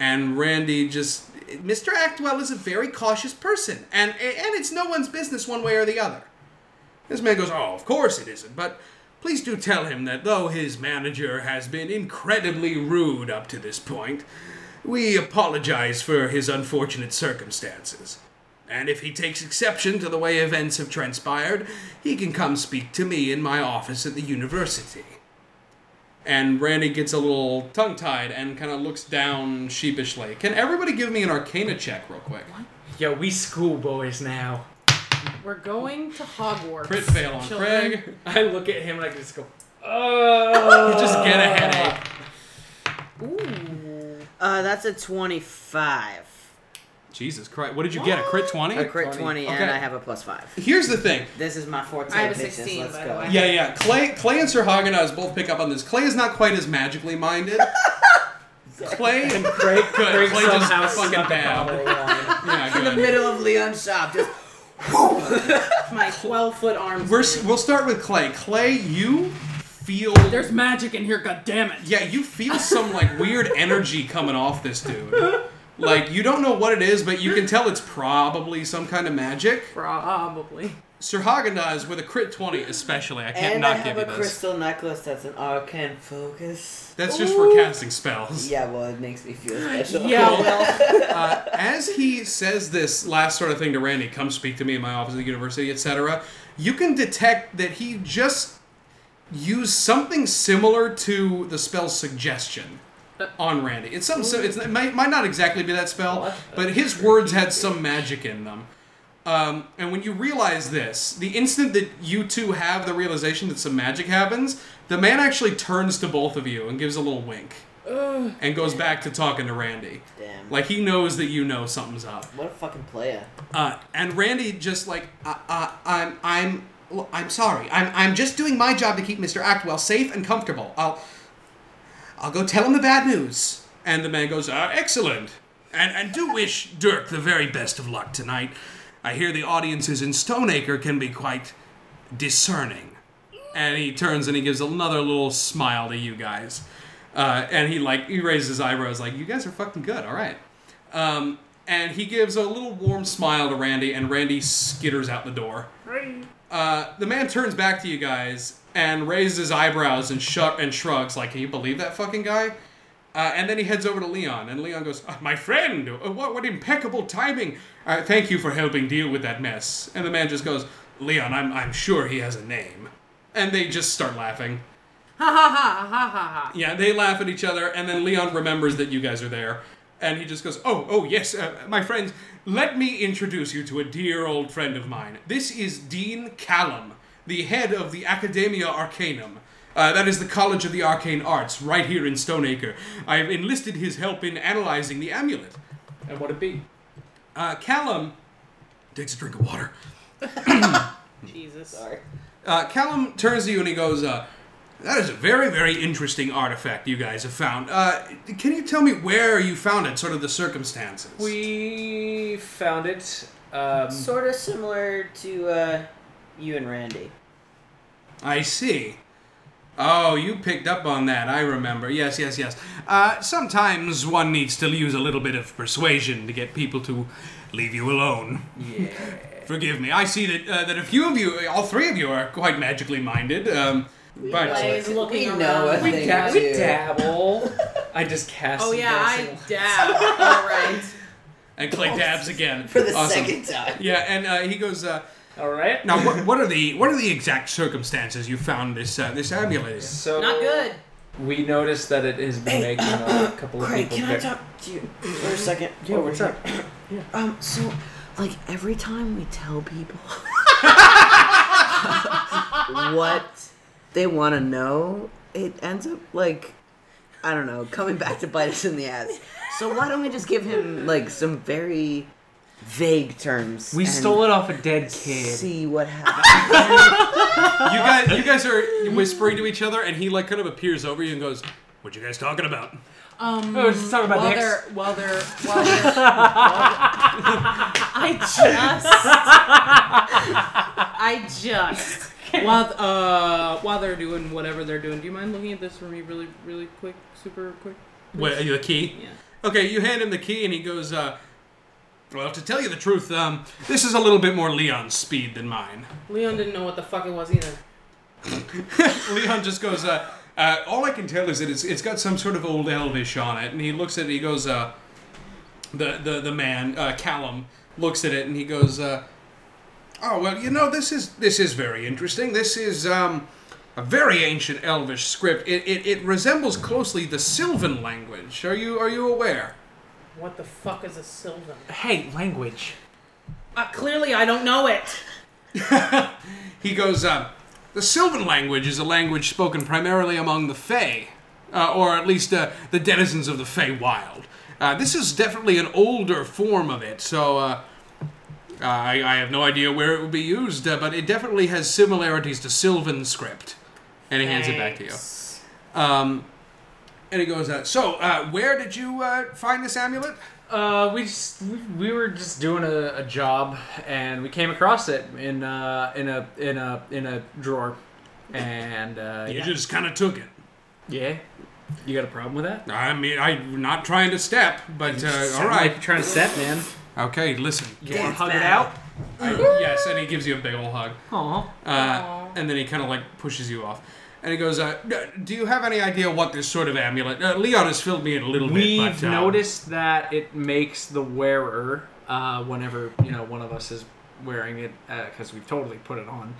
And Randy just. Mr. Actwell is a very cautious person, and, and it's no one's business one way or the other. This man goes, Oh, of course it isn't, but please do tell him that though his manager has been incredibly rude up to this point, we apologize for his unfortunate circumstances. And if he takes exception to the way events have transpired, he can come speak to me in my office at the university. And Randy gets a little tongue tied and kind of looks down sheepishly. Can everybody give me an arcana check, real quick?
Yo, we schoolboys now.
We're going to Hogwarts.
Crit fail on
children.
Craig.
I look at him and I just go, oh.
Just get a headache.
Ooh.
Uh, that's a 25.
Jesus Christ. What did you get? A crit 20?
A crit 20,
Okay.
and I have a plus 5.
Here's the thing.
This is my 14.
I have a
bitches,
16,
Let's
by
go.
the way.
Yeah, yeah. Clay, Clay and Sir Hagenaz both pick up on this. Clay is not quite as magically minded. Clay and Craig, good.
Craig
Clay just
somehow snuck
fucking
a
bad.
bottle of wine.
Yeah, good.
Middle of Leon's shop. Just
My 12 foot arms.
We're, s- we'll start with Clay. Clay, you feel
There's magic in here, goddammit.
yeah, you feel some like weird energy coming off this dude. Like you don't know what it is, but you can tell it's probably some kind of magic.
Probably.
Sir Hagenaz with a crit twenty, especially. I can't
and
not
I
give
have a
you this.
crystal necklace that's an arcane focus.
That's just for casting spells.
Yeah, well, it makes me feel special.
Yeah,
Cool.
well,
Uh, as he says this last sort of thing to Randy, come speak to me in my office at the university, etc., you can detect that he just used something similar to the spell suggestion on Randy. It's something, so it's, it might, might not exactly be that spell, but his words had some magic in them. Um, and when you realize this, the instant that you two have the realization that some magic happens, the man actually turns to both of you and gives a little wink. and goes back to talking to Randy.
Damn.
Like he knows that you know something's up.
What a fucking player.
Uh, and Randy just like uh, uh, I'm I'm well, I'm sorry. I'm I'm just doing my job to keep Mr. Actwell safe and comfortable. I'll I'll go tell him the bad news. And the man goes, uh, excellent. And and do wish Dirk the very best of luck tonight. I hear the audiences in Stoneacre can be quite discerning. And he turns and he gives another little smile to you guys. Uh, and he like he raises his eyebrows like, "You guys are fucking good. All right." Um, and he gives a little warm smile to Randy, and Randy skitters out the door. Uh, the man turns back to you guys and raises his eyebrows and shut and shrugs like, "Can you believe that fucking guy?" Uh, and then he heads over to Leon, and Leon goes, "Ah, "My friend, uh, what what impeccable timing! Uh, thank you for helping deal with that mess." And the man just goes, "Leon, I'm I'm sure he has a name," and they just start laughing.
Ha ha ha ha ha ha.
Yeah, they laugh at each other, and then Leon remembers that you guys are there, and he just goes, "Oh, oh yes, uh, my friends, let me introduce you to a dear old friend of mine. This is Dean Callum, the head of the Academia Arcanum." Uh, that is the College of the Arcane Arts, right here in Stoneacre. I have enlisted his help in analyzing the amulet.
And what it be?
Uh, Callum takes a drink of water.
Jesus.
Sorry.
Uh, Callum turns to you and he goes, uh, "That is a very, very interesting artifact you guys have found. Uh, can you tell me where you found it? Sort of the circumstances."
We found it. Um,
Sort of similar to uh, you and Randy.
I see. Oh, you picked up on that. I remember. Yes, yes, yes. Uh, sometimes one needs to use a little bit of persuasion to get people to leave you alone.
Yeah.
Forgive me. I see that uh, that a few of you, all three of you, are quite magically minded. Um, but
Like, looking
We
around.
know a
We
thing
dab-
or
we
two.
dabble. I just cast.
Oh yeah, I
dancing.
dab. All right.
and Clay dabs again
For the
Awesome.
second time.
Yeah, and uh, he goes. Uh,
All right.
Now, what, what are the what are the exact circumstances you found this uh, this amulet? in?
So
Not good.
We noticed that it has been making a couple of
Craig,
people.
can I
pick-
talk to you for a second? Yeah,
what's up?
Um, so, like, every time we tell people what they want to know, it ends up, like, I don't know, coming back to bite us in the ass. So, why don't we just give him, like, some very vague terms?
We
and
stole it off a dead kid.
See what happens.
You guys, you guys are whispering to each other, and he like kind of appears over you and goes, "What you guys talking about?"
Um,
Oh, just talking about
while
dicks.
they're, while they're, while they're, while they're- I just, I just, while uh, while they're doing whatever they're doing, do you mind looking at this for me really, really quick, super quick?
What, the key?
Yeah.
Okay, you hand him the key, and he goes, uh, "Well, to tell you the truth, um, this is a little bit more Leon's speed than mine."
Leon didn't know what the fuck it was either.
Leon just goes, uh, uh, all I can tell is that it's, it's got some sort of old Elvish on it. And he looks at it, he goes, uh, the, the, the man, uh, Callum, looks at it and he goes, uh, oh, well, you know, this is, this is very interesting. This is, um, a very ancient Elvish script. It, it, it resembles closely the Sylvan language. Are you, are you aware?
What the fuck is a Sylvan?
Hey, language.
Uh, clearly, I don't know it.
He goes, uh, the Sylvan language is a language spoken primarily among the Fae, uh, or at least uh, the denizens of the Fae Wild. Uh, this is definitely an older form of it, so uh, I, I have no idea where it would be used, uh, but it definitely has similarities to Sylvan script. And he hands it back to you.
Thanks.
Um, and he goes, uh, so uh, where did you uh, find this amulet?
Uh, we just we, we were just doing a, a job and we came across it in uh in a in a in a drawer, and uh, yeah.
just kind of took it.
yeah, you got a problem with that?
I mean, I'm not trying to step, but uh, all
Sound like
right.
you're trying to step, man.
Okay, listen.
You want to hug it out?
I, yes, and he gives you a big old hug.
Aw.
Uh, and then he kind of like pushes you off. And he goes, uh, "D- Do you have any idea what this sort of amulet? Uh, Leon has filled me in a little bit.
We've
but, uh,
noticed that it makes the wearer, uh, whenever you know one of us is wearing it, because we've totally put it on,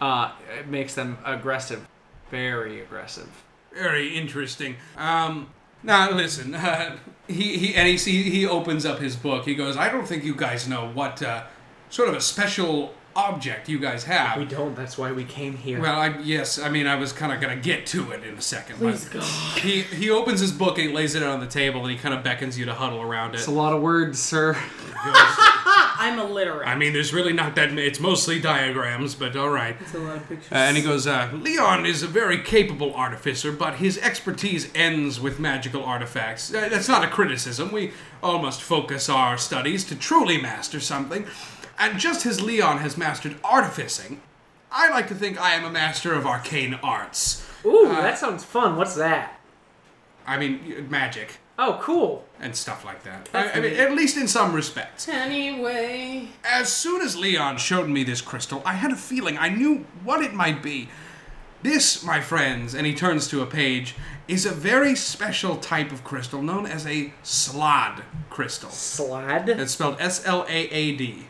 uh, it makes them aggressive, very aggressive.
Very interesting. Um, now, listen. Uh, he, he, and he, he, he opens up his book. He goes, I don't think you guys know what uh, sort of a special object you guys have.
We don't. That's why we came here.
Well, I, yes, I mean, I was kind of going to get to it in a second.
Please
but
go.
He, he opens his book and he lays it out on the table and he kind of beckons you to huddle around it.
it's a lot of words, sir.
I'm illiterate.
I mean, there's really not that. ma- It's mostly diagrams, but all right.
It's a lot of pictures.
Uh, and he goes, uh, Leon is a very capable artificer, but his expertise ends with magical artifacts. Uh, that's not a criticism. We all must focus our studies to truly master something. And just as Leon has mastered artificing, I like to think I am a master of arcane arts.
Uh,
Ooh, that sounds fun. What's that?
I mean, magic
Oh, cool.
and stuff like that. I, I mean, at least in some respects.
Anyway,
As soon as Leon showed me this crystal, I had a feeling I knew what it might be. This, my friends, and he turns to a page, is a very special type of crystal known as a slod crystal.
Uh,
Slad.
It's spelled S L A A D.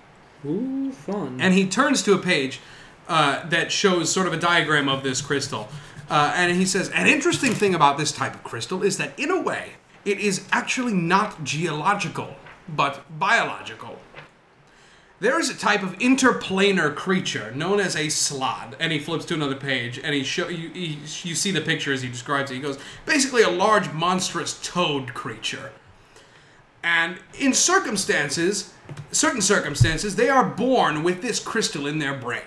Ooh, fun.
And he turns to a page uh, that shows sort of a diagram of this crystal. Uh, and he says, An interesting thing about this type of crystal is that, in a way, it is actually not geological, but biological. There is a type of interplanar creature known as a slod, and he flips to another page, and he show you he, you see the picture as he describes it. He goes basically a large, monstrous toad creature, and in circumstances, certain circumstances, they are born with this crystal in their brain.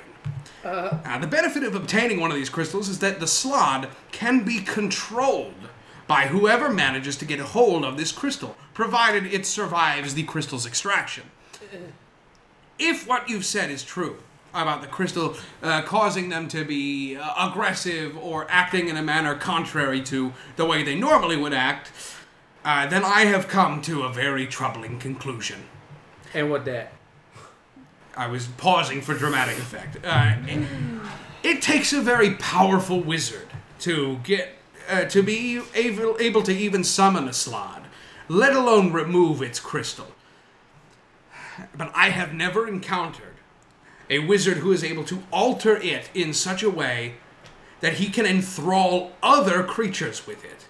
Now, the benefit of obtaining one of these crystals is that the slod can be controlled by whoever manages to get a hold of this crystal, provided it survives the crystal's extraction. If what you've said is true about the crystal uh, causing them to be uh, aggressive or acting in a manner contrary to the way they normally would act, uh, then I have come to a very troubling conclusion.
and what that?
I was pausing for dramatic effect. Uh, it, it takes a very powerful wizard to get uh, to be able, able to even summon a slod, let alone remove its crystal. But I have never encountered a wizard who is able to alter it in such a way that he can enthrall other creatures with it.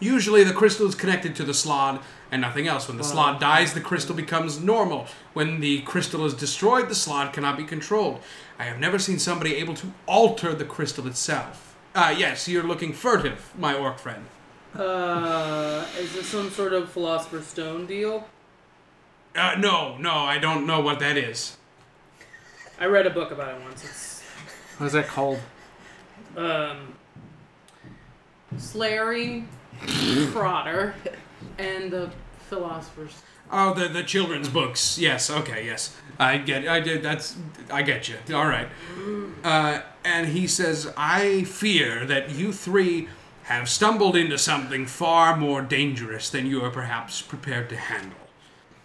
Usually, the crystal is connected to the slot and nothing else. When the slot dies, the crystal becomes normal. When the crystal is destroyed, the slot cannot be controlled. I have never seen somebody able to alter the crystal itself. Uh, yes, you're looking furtive, my orc friend.
uh, is this some sort of philosopher's stone deal?
Uh, no, no, I don't know what that is.
I read a book about it once. It's
What is that called?
um, Slary, Trotter, and the philosophers.
Oh, the the children's books. Yes. Okay. Yes. I get. I did. That's. I get you. All right. Uh, and he says, "I fear that you three have stumbled into something far more dangerous than you are perhaps prepared to handle."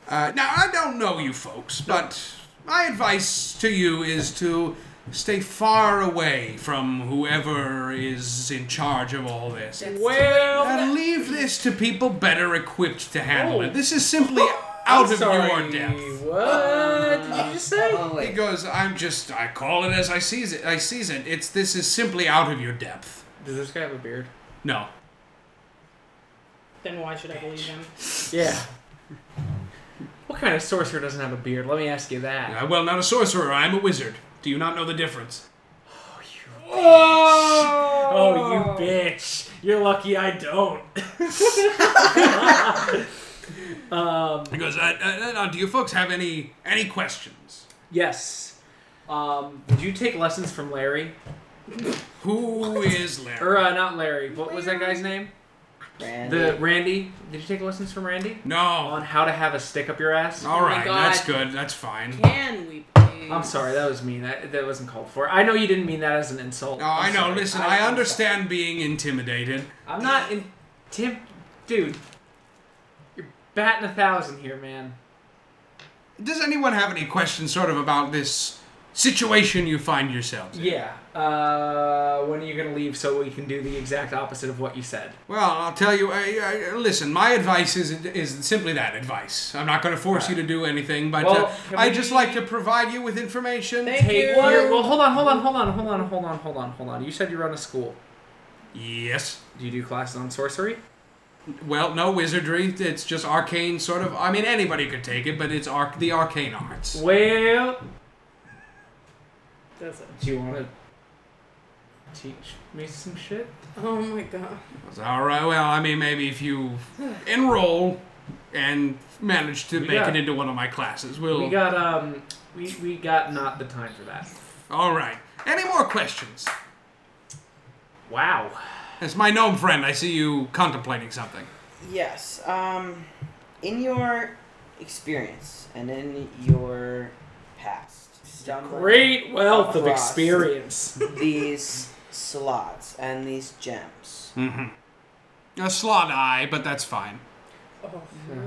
Uh, now, I don't know you folks, but my advice to you is to stay far away from whoever is in charge of all this.
Well,
And leave this to people better equipped to handle it. This is simply out of your depth.
What did you just say?
Oh
He
wait.
goes, I'm just I call it as I sees it I sees it. It's this is simply out of your depth.
Does this guy have a beard?
No.
Then why should I believe him?
Yeah. What kind of sorcerer doesn't have a beard? Let me ask you that.
I Uh, well not a sorcerer, I'm a wizard. Do you not know the difference?
Oh, you bitch! You're lucky I don't.
He goes, uh, uh, uh, do you folks have any any questions?
Yes. Um, did you take lessons from Larry?
Who is Larry?
Or uh, not Larry? What was that guy's name?
Randy.
The Randy. Did you take lessons from Randy
no.
on how to have a stick up your ass?
All right,
God.
that's good. That's fine.
Can we please?
I'm sorry, that was mean. That, that wasn't called for. I know you didn't mean that as an insult.
No,
I'm
I know.
sorry.
Listen, I
I'm
understand being intimidated.
sorry. I'm not in. Tim, dude, you're batting a thousand here, man.
Does anyone have any questions sort of about this situation you find yourselves in?
Yeah. Uh, when are you gonna leave so we can do the exact opposite of what you said?
Well, I'll tell you. I, I, listen, my advice is is simply that advice. I'm not going to force you to do anything, but
Well,
uh,
can
I
we-
just like to provide you with information.
Thank
Hey,
you.
you're- well, hold on, hold on, hold on, hold on, hold on, hold on, hold on. You said you run a school.
Yes.
Do you do classes on sorcery?
Well, no wizardry. It's just arcane sort of. I mean, anybody could take it, but it's arc the arcane arts.
Well,
Does it?
do you want to teach me some shit?
Oh my god.
All right. Well, I mean, maybe if you enroll and manage to
We
make
got-
it into one of my classes, we'll.
We got um, we we got not the time for that.
All right. Any more questions?
Wow.
It's my gnome friend. I see you contemplating something.
Yes. Um, in your experience and in your past, stumbled
Great wealth of
Across.
experience.
Hmm.
these slots and these gems.
Mm-hmm. A slot eye, but that's fine.
Oh,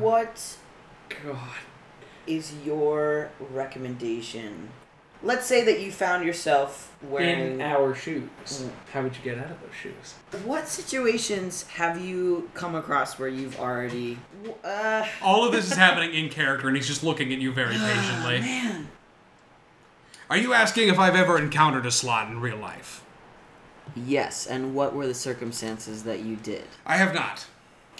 What
God.
is your recommendation? Let's say that you found yourself
In
wearing.
our shoes. How would you get out of those shoes?
What situations have you come across where you've already? Uh,
All of this is happening in character, and he's just looking at you very patiently. Are you asking if I've ever encountered a slot in real life?
yes, and what were the circumstances that you did?
I have not.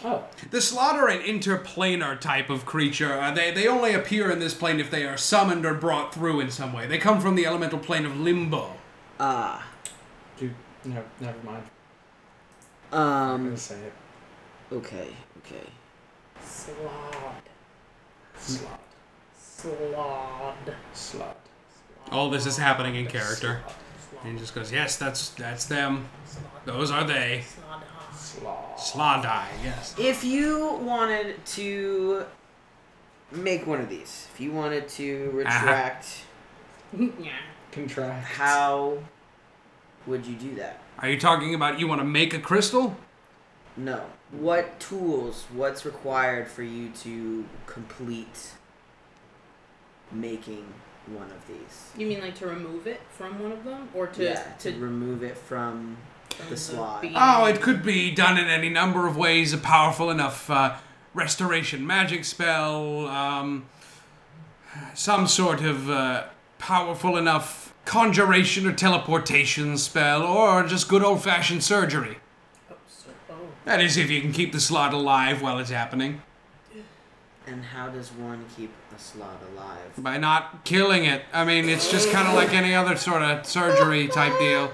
Oh.
The slot are an interplanar type of creature. Uh, they, they only appear in this plane if they are summoned or brought through in some way. They come from the elemental plane of limbo.
Ah,
Dude, no, never mind. I'm
um,
gonna say it.
okay, okay.
Slod.
Slot.
Slod.
Slot.
All Oh, this is happening in character. And he just goes, Yes, that's that's them. Those are they.
Slot.
Slodai, yes.
If you wanted to make one of these, if you wanted to retract,
yeah.
Contract.
how would you do that?
Are you talking about you want to make a crystal?
No. What tools, what's required for you to complete making one of these?
You mean like to remove it from one of them, or to
yeah, to,
to,
remove it from the slot.
being-
Oh, it could be done in any number of ways. A powerful enough uh, restoration magic spell, um, some sort of uh, powerful enough conjuration or teleportation spell, or just good old fashioned surgery.
Oh,
That is, if you can keep the slot alive while it's happening
And how does one keep a slot alive?
by not killing it. I mean, it's just kind of like any other sort of surgery type deal.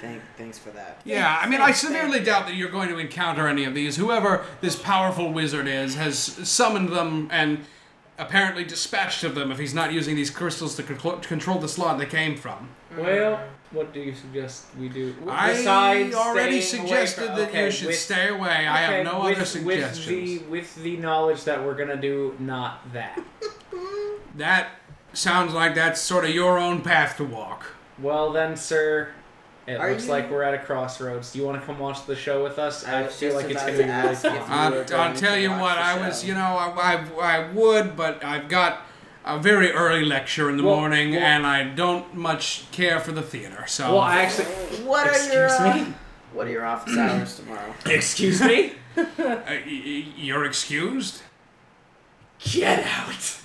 Thank, thanks for that.
Yeah, I mean, I severely doubt that you're going to encounter any of these. Whoever this powerful wizard is has summoned them and apparently dispatched of them if he's not using these crystals to con- control the slot they came from.
Well, what do you suggest we do? W-
I
besides
already
staying away
suggested
from-
that
okay,
you should
with-
stay away. I
okay,
have no
with-
other suggestions.
With the, with the knowledge that we're gonna do not that.
That sounds like that's sort of your own path to walk.
well then, sir, it
Are
looks
you-
like we're at a crossroads. Do you want to come watch the show with us?
I
I,
was
feel
just
like it's
about
gonna
to
be really
ask
fun.
if-
I'll,
were
I'll
going
tell
to
you
watch
what,
the
I was,
show.
you know, I, I, I would, but I've got a very early lecture in the
Well,
morning,
well-
and I don't much care for the theater. So,
Well, I actually.
What are your
Excuse
uh,
me?
What are your office hours tomorrow?
Excuse me?
uh, y- y- you're excused.
Get out!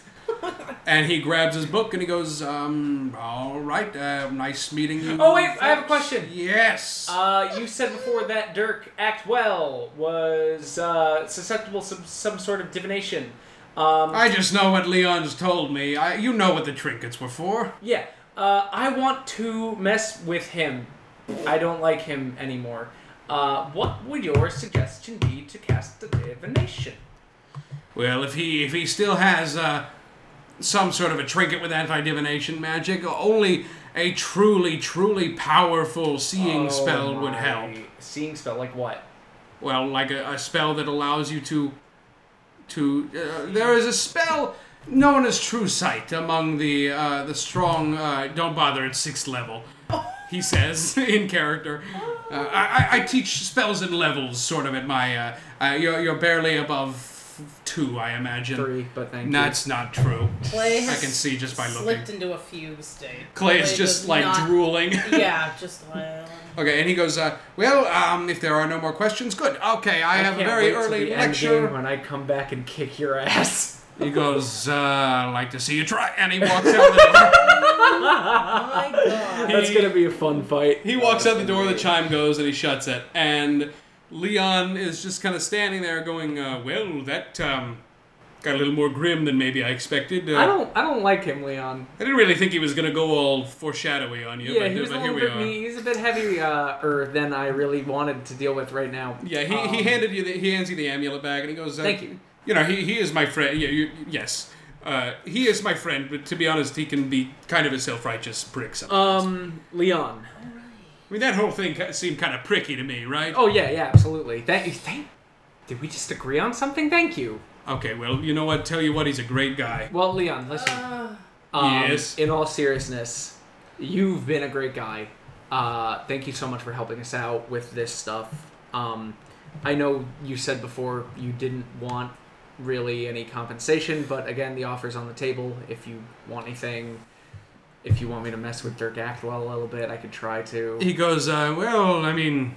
And he grabs his book and he goes, um, all right, uh, nice meeting you.
Oh, wait, I have a
folks."
question.
Yes.
Uh, you said before that Dirk Actwell was uh, susceptible to some, some sort of divination. Um,
I just know what Leon's told me. I, you know what the trinkets were for.
yeah, uh, I want to mess with him. I don't like him anymore. Uh, what would your suggestion be to cast the divination?
Well, if he if he still has uh, some sort of a trinket with anti divination magic, only a truly truly powerful seeing
Oh,
spell would
my.
help.
Seeing spell, like what?
Well, like a, a spell that allows you to to uh, there is a spell known as True Sight among the uh, the strong. Uh, don't bother, it's sixth level. He says in character, uh, I, I- "I teach spells and levels, sort of at my. Uh, uh, you're, you're barely above two, I imagine.
Three, but thank you.
That's not true.
Clay
I
has
can see just by looking.
slipped into a fugue state.
Clay is
does
just like
not-
drooling.
Yeah, just like.
okay, and he goes, uh, "Well, um, if there are no more questions, good. Okay, I,
I
have a
can't
very
wait till
early
the end
lecture."
game when I come back and kick your ass.
He goes, uh, I'd like to see you try. And he walks out the
oh My God.
That's gonna be a fun
door.
fight.
He walks out the door, the chime goes, and he shuts it. And Leon is just kind of standing there going, uh, well, that, um, got a little more grim than maybe I expected. Uh,
I don't. I don't like him, Leon.
I didn't really think he was going to go all foreshadowy on you,
Yeah,
but, uh,
he was a
but here
little
we
bit.
are.
Me, he's a bit heavier uh, er, than I really wanted to deal with right now.
Yeah, he, he
Um,
handed you the, he hands you the amulet back, and he goes, uh,
Thank you.
You know, he, he is my friend. Yeah, you, yes. Uh, he is my friend, but to be honest, he can be kind of a self-righteous prick sometimes.
Um, Leon.
I mean, that whole thing ki- seemed kind of pricky to me, right?
Oh yeah, yeah, absolutely. Thank you. Thank. Did we just agree on something? Thank you.
Okay, well, you know what? Tell you what, he's a great guy.
Well, Leon, listen. Um,
Yes.
In all seriousness, you've been a great guy. Uh, thank you so much for helping us out with this stuff. Um, I know you said before you didn't want really any compensation, but again, the offer's on the table. If you want anything, if you want me to mess with Dirk Actwell a little bit, I could try to.
He goes, uh, well, I mean,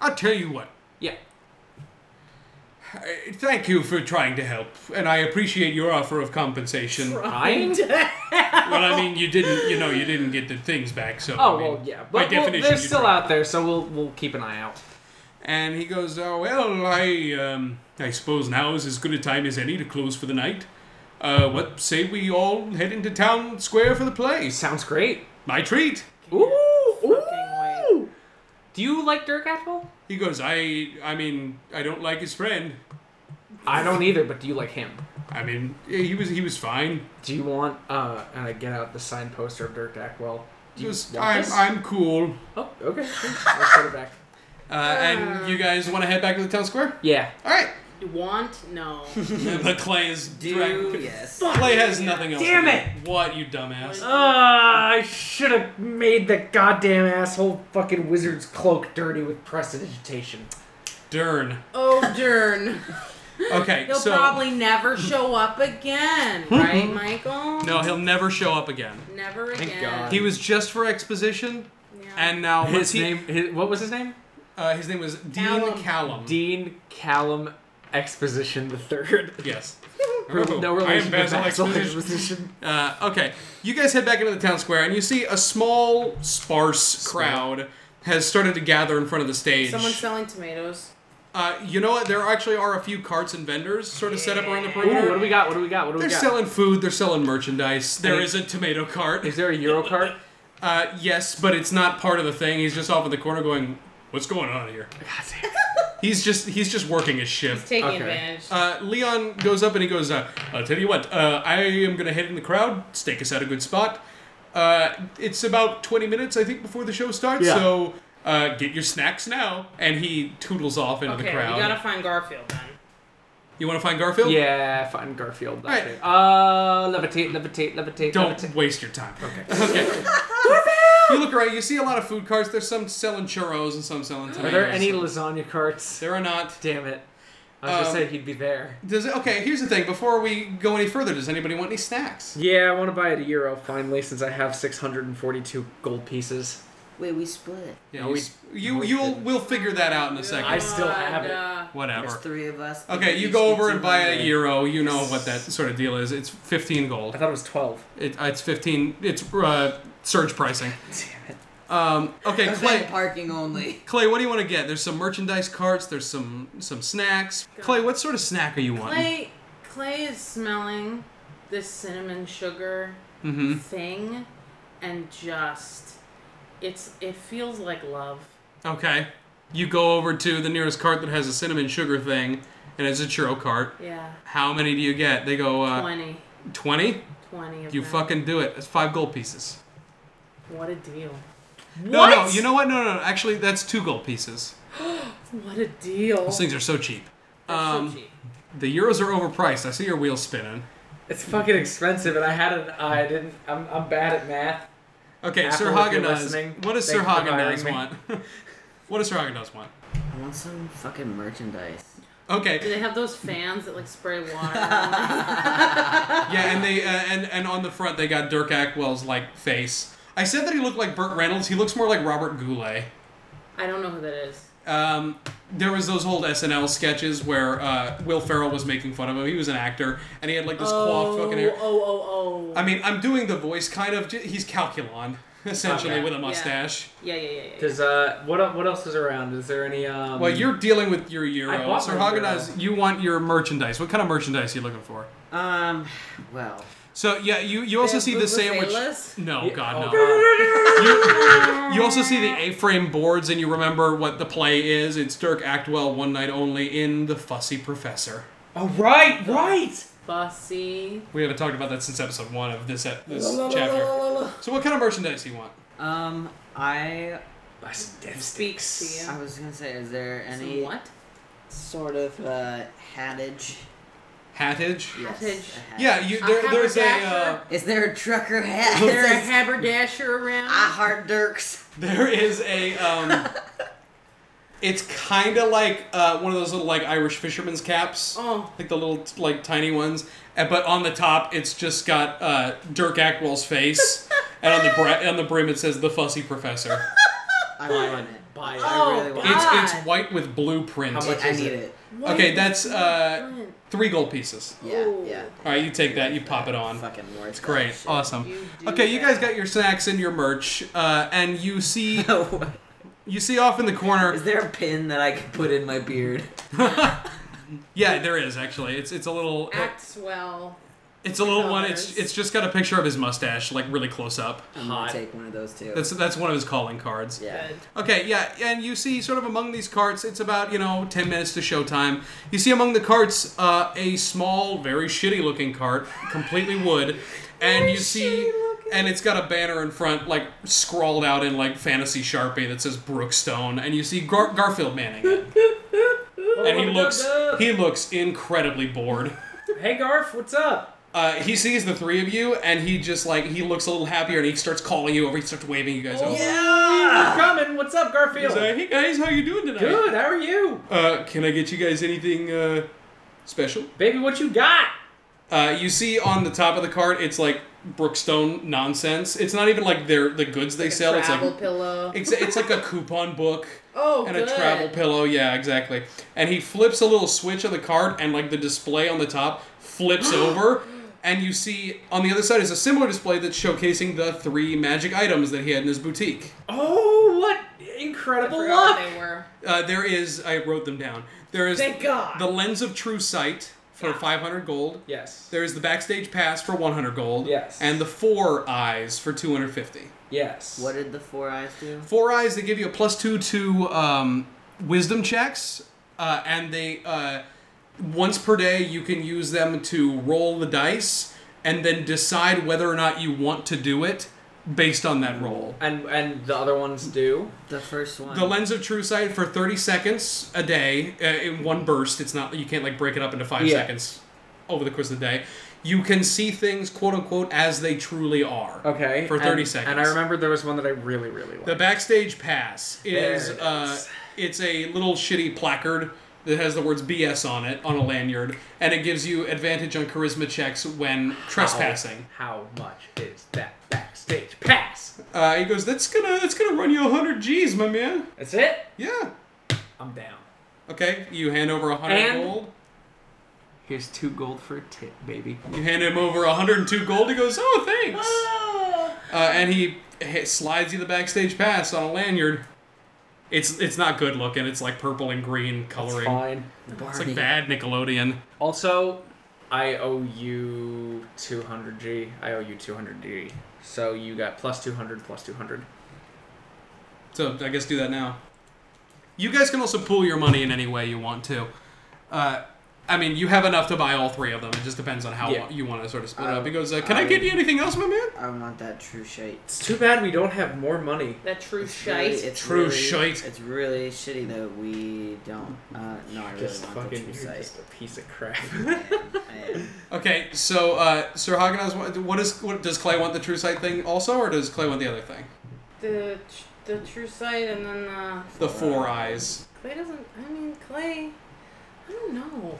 I'll tell you what.
Yeah.
Uh, Thank you for trying to help, and I appreciate your offer of compensation.
Fine.
Well, I mean, you didn't, you know, you didn't get the things back, so.
Oh
I mean,
well, yeah,
by
but well,
definition,
they're
you
still
tried.
out there, so we'll we'll keep an eye out.
And he goes, "Oh well, I um, I suppose now is as good a time as any to close for the night. Uh, what say we all head into town square for the play?
Sounds great.
My treat."
Ooh,
wait.
ooh. Do you like Dirk Atwell?
He goes, "I I mean, I don't like his friend.
I don't either, but do you like him?
I mean, he was he was fine.
Do you want? Uh, and I get out the signed poster of Dirk Atwell. Do you
Just
want
I'm
this?
I'm cool."
Oh, okay. sure. Let's put it back.
Uh, and you guys want to head back to the town square?
Yeah.
All right.
Want? No.
the clay is
Do yes.
Clay has nothing else.
Damn
to do.
it.
What you dumbass?
Ah, I should have made the goddamn asshole fucking wizard's cloak dirty with prestidigitation.
Dern.
oh, darn.
Okay,
He'll
so
probably never show up again, right, Michael?
no, he'll never show up again.
Never again.
Thank God.
He was just for exposition,
Yeah.
and now
His
once Uh, he-
name, his, what was his name?
Uh, his name was Dean Callum.
Callum.
Dean Callum Exposition the Third.
yes.
No
Oh, I
relation
am
to
Basil
Basil
Exposition.
Exposition.
Uh, okay, you guys head back into the town square, and you see a small, sparse crowd has started to gather in front of the stage.
Someone's selling tomatoes.
uh, you know what? There actually are a few carts and vendors sort of set up around the
Ooh,
perimeter.
what do we got? What do we got? What do we
they're
got?
selling food. They're selling merchandise. There
it-
is a tomato cart.
Is there a Eurocart?
Uh, yes, but it's not part of the thing. He's just off in the corner going, "What's going on here?"
God damn.
He's just he's just working his shift.
Taking
Okay.
advantage.
Uh, Leon goes up and he goes, uh, I'll tell you what, uh, I am going to head in the crowd, stake us out a good spot. Uh, it's about 20 minutes, I think, before the show starts,
Yeah.
so uh, get your snacks now. And he toodles off into
okay,
the crowd.
we gotta find Garfield then.
You want to find Garfield?
Yeah, find Garfield. that
Right.
too. Uh, levitate, levitate, levitate.
Don't
Levitate.
waste your time. Okay. okay. you look around, you see a lot of food carts. There's some selling churros and some selling
Are
tomatoes.
there any lasagna carts?
There are not.
Damn it. I was
Um,
just saying he'd be there.
Does it, okay, here's the thing. Before we go any further, does anybody want any snacks?
Yeah, I want to buy it a euro finally since I have 642 gold pieces.
Wait, we split.
Yeah,
No,
you,
we-
s- you,
no, we
you'll,
didn't.
we'll figure that out in a second.
I still have it.
uh,
Whatever.
There's three of us.
Okay, you
Each
go
get
over and buy a
200.
euro. You know what that sort of deal is. It's fifteen
I
gold.
thought it was 12.
It, uh, it's fifteen. It's uh, surge pricing.
Damn it.
Um, okay,
Those are
Clay.
parking only.
Clay, what do you want to get? There's some merchandise carts. There's some some snacks. Clay, what sort of snack are you wanting?
Clay, Clay is smelling this cinnamon sugar
Mm-hmm.
thing, and just it's it feels like love.
Okay. You go over to the nearest cart that has a cinnamon sugar thing, and it's a churro cart.
Yeah,
How many do you get? They go uh,
twenty,
twenty.
twenty. 20 of
You
them.
fucking do it. That's five gold pieces.
What a deal!
No, no. You know what? No, no, no. Actually, that's two gold pieces.
What a deal!
Those things are so cheap.
That's
um,
so cheap.
The euros are overpriced. I see your wheels spinning.
It's fucking expensive, and I had an I didn't. I'm, I'm bad at math.
Okay,
Apple,
Sir
if
Haagen
you're listening,
Dazs. What does Sir
thank you for
Haagen Dazs
hiring me.
want? what does Sir Haagen Dazs want?
I want some fucking merchandise.
Do
Okay,
they have those fans that like spray water? on them?
yeah, and they uh, and and on the front they got Dirk Ackwell's like face. I said that he looked like Burt Reynolds. He looks more like Robert Goulet.
I don't know who that is.
Um, there was those old SNL sketches where uh, Will Ferrell was making fun of him. He was an actor, and he had like this coiffed fucking hair.
oh, oh, oh.
I mean, I'm doing the voice kind of. He's Calculon essentially
Okay.
with a mustache.
yeah, yeah, yeah, yeah, yeah.
Does uh, what el- what else is around? Is there any um?
Well, you're dealing with your
I
euro.
bought
Sir
my
Haagen
euro.
Dazs, you want your merchandise. What kind of merchandise are you looking for?
Um, well,
So yeah, you, you also see the sandwich.
Vuvuzelas?
No,
Yeah,
God,
oh,
no.
God.
You also see the A-frame boards, and you remember what the play is. It's Dirk Actwell, one night only, in the Fussy Professor.
Oh right, right.
Fussy.
We haven't talked about that since episode one of this ep- this chapter. So what kind of merchandise do you want?
um, I
Speaks to
I
you.
was gonna say, is there
Some
any
what?
sort of uh, hattage?
Hattage.
Yes,
Hattage.
a
Yeah, you,
A
there, there's a uh,
haberdasher?
Is there a trucker hat?
There's a
that says, Ah.
haberdasher around.
I heart Dirks.
there is a um, It's kind of like uh, one of those little like Irish fisherman's caps,
Oh.
like the little like tiny ones. And, but on the top, it's just got uh, Dirk Ackwell's face, and on the bre- on the brim it says the fussy professor.
I want it.
Buy it.
Oh,
I really want
God.
it.
It's it's white with blue print.
How much
I
is
need
it?
it.
Okay, that's uh, three gold pieces.
Yeah,
Ooh.
yeah.
All right, you take that, you pop it on.
Fucking worth It's
Great, awesome.
You do
okay, you
that.
guys got your snacks and your merch, uh, and you see you see off in the corner.
Is there a pin that I could put in my beard?
Yeah, there is actually. It's it's a little
Acts well.
it's a little one. It's
colors.
it's just got a picture of his mustache, like really close up.
I'm gonna take one of those too.
That's that's one of his calling cards.
yeah.
Good.
Okay, yeah, and you see sort of among these carts, it's about, you know, 10 minutes to showtime. You see among the carts uh, a small, very shitty looking cart, completely wood, and you see, and it's got a banner in front, like, scrawled out in, like, fantasy Sharpie that says Brookstone, and you see Gar- Garfield manning it. and
Oh,
he looks, he looks incredibly bored.
Hey Garf, what's up?
Uh, he sees the three of you, and he just, like, he looks a little happier, and he starts calling you over, he starts waving you guys
Oh,
over.
We're coming. What's up, Garfield?
He's like, hey guys, how you doing tonight?
Good. How are you,
Uh, can I get you guys anything uh, special?
baby? What you got?
Uh, you see on the top of the cart, it's like Brookstone nonsense. It's not even like their the goods they sell. It's
Travel
like
pillow.
it's, it's like a coupon book
oh,
and
good.
a travel pillow. Yeah, exactly. And he flips a little switch of the cart, and like the display on the top flips over. And you see on the other side is a similar display that's showcasing the three magic items that he had in his boutique.
Oh, what
I
incredible
forgot
luck!
they were.
Uh, there is, I wrote them down. There is
Thank God.
the lens of true sight for 500 gold.
Yes.
There is the backstage pass for 100 gold.
Yes.
And the four eyes for 250.
Yes.
What did the four eyes do?
Four eyes, they give you a plus two to um, wisdom checks, uh, and they uh, once per day you can use them to roll the dice and then decide whether or not you want to do it based on that roll.
and and the other ones do.
The first one.
The lens of true sight for 30 seconds a day uh, in one burst. It's not you can't like break it up into five
Yeah.
seconds over the course of the day. You can see things quote unquote as they truly are.
Okay.
For 30
and-
seconds.
And I remember there was one that I really really liked.
The backstage pass is,
There it
uh,
is.
it's a little shitty placard that has the words BS on it on a lanyard, and it gives you advantage on charisma checks when trespassing.
How, how much is that backstage pass?
Uh, he goes, "That's gonna that's gonna run you 100 G's, my man."
That's it.
Yeah.
I'm down.
Okay, you hand over 100
And-
gold.
Here's two gold for a tip, baby.
You hand him over 102 gold. He goes, "Oh, thanks." Uh, and he h- slides you the backstage pass on a lanyard. It's it's not good looking. It's like purple and green
It's
coloring.
fine.
It's like bad Nickelodeon.
Also, I owe you 200G. I owe you 200G. So you got plus 200 plus 200.
So I guess do that now. You guys can also pool your money in any way you want to. Uh, I mean, you have enough to buy all three of them. It just depends on how
Yeah.
you want to sort of split
I-
up. He goes, uh, "Can I,
I-
get you anything else, my man?"
I want that true shite.
It's too bad we don't have more money.
That true
Really,
shite.
it's
True
really,
shite.
It's really shitty that we don't. Uh, no, I really
Just
want the
fucking,
true
you're
sight.
just a piece of crap.
I am.
Okay, so uh, Sir Hagenaz, what, what is what does Clay want the true sight thing also, or does Clay want the other thing?
the the true sight, and then uh,
The four eyes.
Clay doesn't. I mean, Clay. I don't know.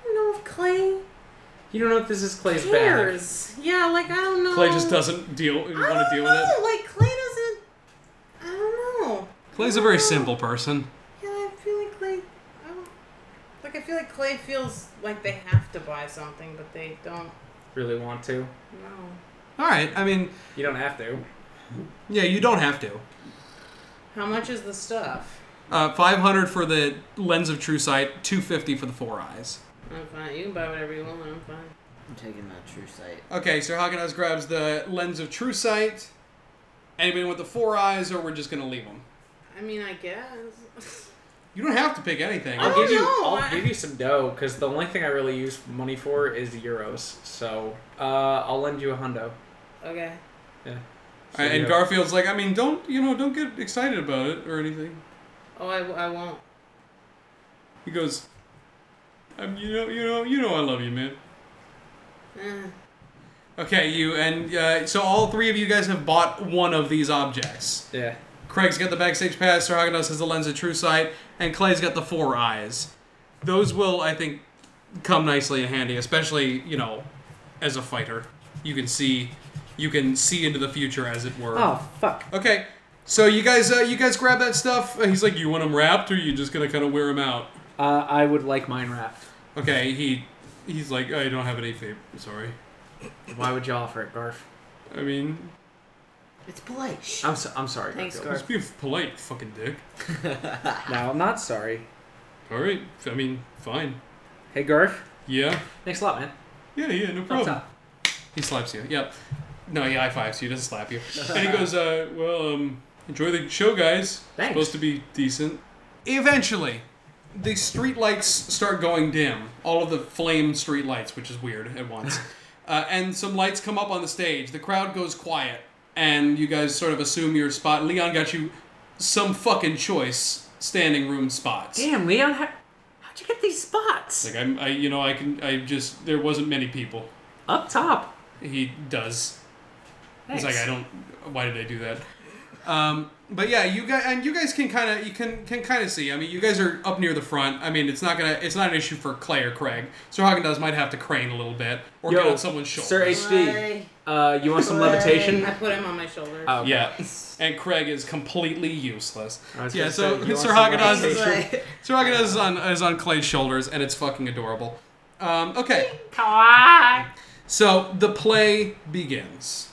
I don't know if Clay
you don't know if this is Clay's bag.
cares. Yeah, like I don't know.
Clay just doesn't deal want
I
to
don't
deal with
know.
it.
Like Clay doesn't. I don't know.
Clay's a very simple person.
Yeah, I feel like Clay. I don't, like I feel like Clay feels like they have to buy something, but they don't.
Really want to?
know.
All right, I mean,
You don't have to.
yeah, you don't have to.
How much is the stuff?
Uh, Five hundred for the lens of true sight, two fifty for the four eyes.
I'm fine. You can buy whatever you want. I'm fine.
I'm taking that true sight.
Okay, Sir Hagenaz grabs the lens of true sight. Anybody with the four eyes, or we're just gonna leave them.
I mean, I guess.
You don't have to pick anything.
I'll
I
give you.
don't know.
I'll give you some dough because the only thing I really use money for is euros. So uh, I'll lend you a hundo.
okay.
Uh, and Garfield's like, I mean, don't you know? Don't get excited about it or anything.
Oh, I, I won't.
He goes, um, you know, you know, you know, I love you, man.
Eh.
Okay, you and uh, so all three of you guys have bought one of these objects.
Yeah.
Craig's got the backstage pass. Saraganos has the lens of true sight, and Clay's got the four eyes. Those will, I think, come nicely in handy, especially you know, as a fighter, you can see, you can see into the future, as it were.
Oh fuck.
Okay, so you guys, uh, you guys grab that stuff. Uh, He's like, you want them wrapped, or you just gonna kind of wear them out?
Uh, I would like mine wrapped.
Okay, he, he's like, I don't have any fape. Sorry.
Why would you offer it, Garf?
I mean,
It's polite. Shh.
I'm so, I'm sorry.
Thanks,
Garfield.
Garf.
just be polite, fucking dick.
No, I'm not sorry.
All right, I mean, fine.
Hey, Garf.
Yeah,
Thanks a lot, man.
yeah, yeah, no
Oh.
Thumbs
problem.
up.
He slaps you. Yep. No, he high fives you. Doesn't slap you. and he goes, uh, "Well, um, enjoy the show, guys.
Thanks.
Supposed to be decent." Eventually, the streetlights start going dim. All of the flame streetlights, which is weird at once. uh, and some lights come up on the stage. The crowd goes quiet, and you guys sort of assume your spot. Leon got you some fucking choice standing room spots.
Damn, Leon, how, how'd you get these spots?
Like I'm, I, you know, I can, I just there wasn't many people.
Up top.
He does
Thanks.
It's like I don't. Why did I do that? Um, but yeah, you guys and you guys can kind of you can can kind of see. I mean, you guys are up near the front. I mean, it's not gonna it's not an issue for Clay or Craig. Sir Hagen does might have to crane a little bit or get
Yo,
on someone's shoulder.
Sir HD, uh, you want some levitation?
I put him on my shoulders.
Oh, okay.
yeah, and Craig is completely useless.
I was
Yeah,
gonna
so
say, you want
Sir
some
Hagenaz
levitation?
is Sir Hagen is on is on Clay's shoulders, and it's fucking adorable. Um, okay,
Kawaii.
so the play begins.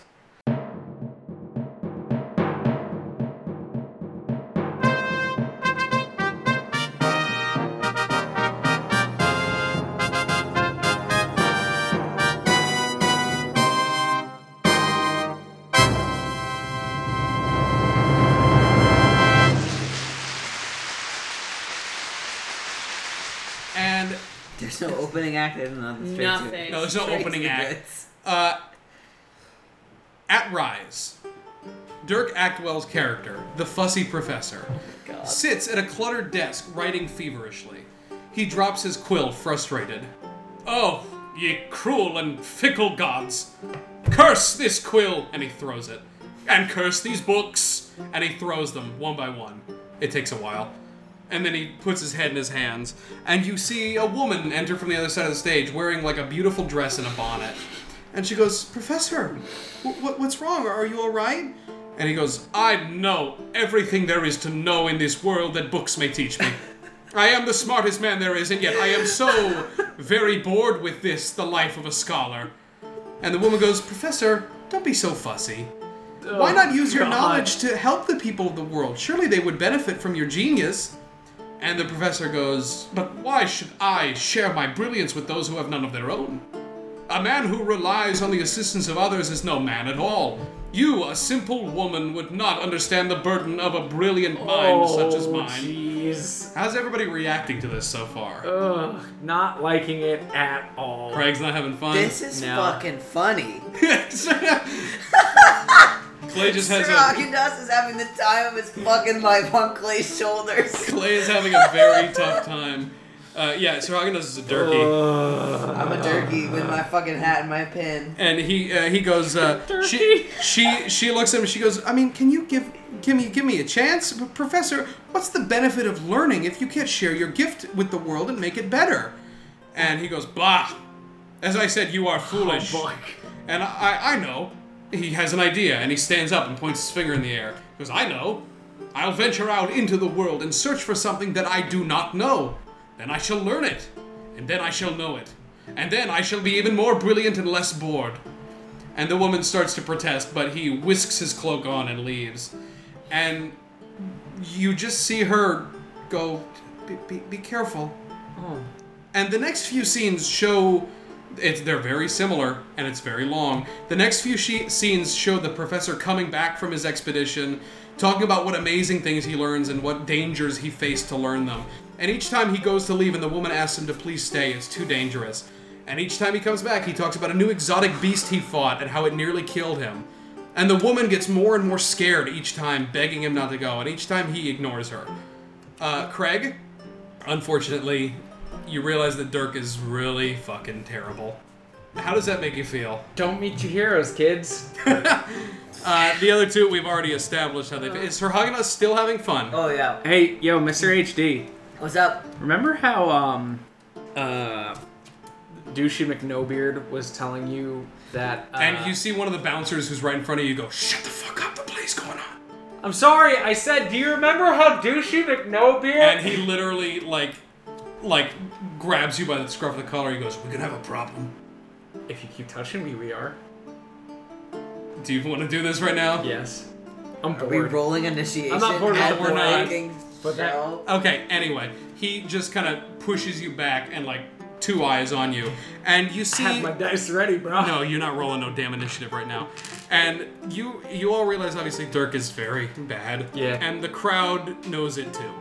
And
There's no opening act. There's nothing. straight to it.
Nothing.
no, there's no
Straight to
opening
the
act.
goods.
Uh, at Rise, Dirk Actwell's character, the fussy professor, sits at a cluttered desk writing feverishly. He drops his quill, frustrated. Oh, ye cruel and fickle gods! Curse this quill! And he throws it. And curse these books! And he throws them one by one. It takes a while. And then he puts his head in his hands. And you see a woman enter from the other side of the stage wearing like a beautiful dress and a bonnet. And she goes, Professor, wh- wh- what's wrong? Are you alright? And he goes, I know everything there is to know in this world that books may teach me. I am the smartest man there is, and yet I am so very bored with this, the life of a scholar. And the woman goes, Professor, don't be so fussy. Why not use your
Oh, God.
knowledge to help the people of the world? Surely they would benefit from your genius. And the professor goes, But why should I share my brilliance with those who have none of their own? A man who relies on the assistance of others is no man at all. You, a simple woman, would not understand the burden of a brilliant mind such as
Oh,
mine.
Jeez.
How's everybody reacting to this so far?
Uh, Ugh, not liking it at all.
Craig's not having fun.
This is
No.
fucking funny.
Clay just
Sir
has a.
Haagen-Dazs is having the time of his fucking life on Clay's shoulders.
Clay is having a very tough time. Uh, yeah, Sir Hagen is a turkey.
I'm a turkey with my fucking hat and my pin.
and he uh, he goes uh, she she she looks at him and she goes I mean can you give give me give me a chance P- professor what's the benefit of learning if you can't share your gift with the world and make it better and he goes bah as I said you are foolish
boy.
and I I know he has an idea and he stands up and points his finger in the air he goes I know I'll venture out into the world and search for something that I do not know then I shall learn it and then I shall know it and then I shall be even more brilliant and less bored and the woman starts to protest, but he whisks his cloak on and leaves. And you just see her go, be, be, be careful. And the next few scenes show. It's, they're very similar and it's very long. The next few she- scenes show the professor coming back from his expedition, talking about what amazing things he learns and what dangers he faced to learn them. And each time he goes to leave and the woman asks him to please stay, it's too dangerous. And each time he comes back, he talks about a new exotic beast he fought and how it nearly killed him. And the woman gets more and more scared each time, begging him not to go, and each time he ignores her. Uh, Craig, unfortunately, you realize that Dirk is really fucking terrible. How does that make you feel?
Don't meet your heroes, kids.
Uh, the other two we've already established how they. Is Herhagenas still having fun?
Oh yeah.
Hey, yo, Mr. HD.
What's up?
Remember how um uh douchey McNobeard was telling you that uh,
And you see one of the bouncers who's right in front of you go, shut the fuck up, the play's going on.
I'm sorry, I said, do you remember how douchey McNobeard
And he literally like, like grabs you by the scruff of the collar. He goes, "We're gonna have a problem."
If you keep touching me, we are.
Do you want to do this right now?
Yes. I'm
Are we
bored.
rolling initiation?
I'm not bored
at
with the
the
word not.
fucking
But that-
show?
Okay. Anyway, he just kind of pushes you back and like two eyes on you, and you see.
I have my dice ready, bro.
no, you're not rolling no damn initiative right now. And you you all realize obviously Dirk is very bad.
Yeah.
And the crowd knows it too.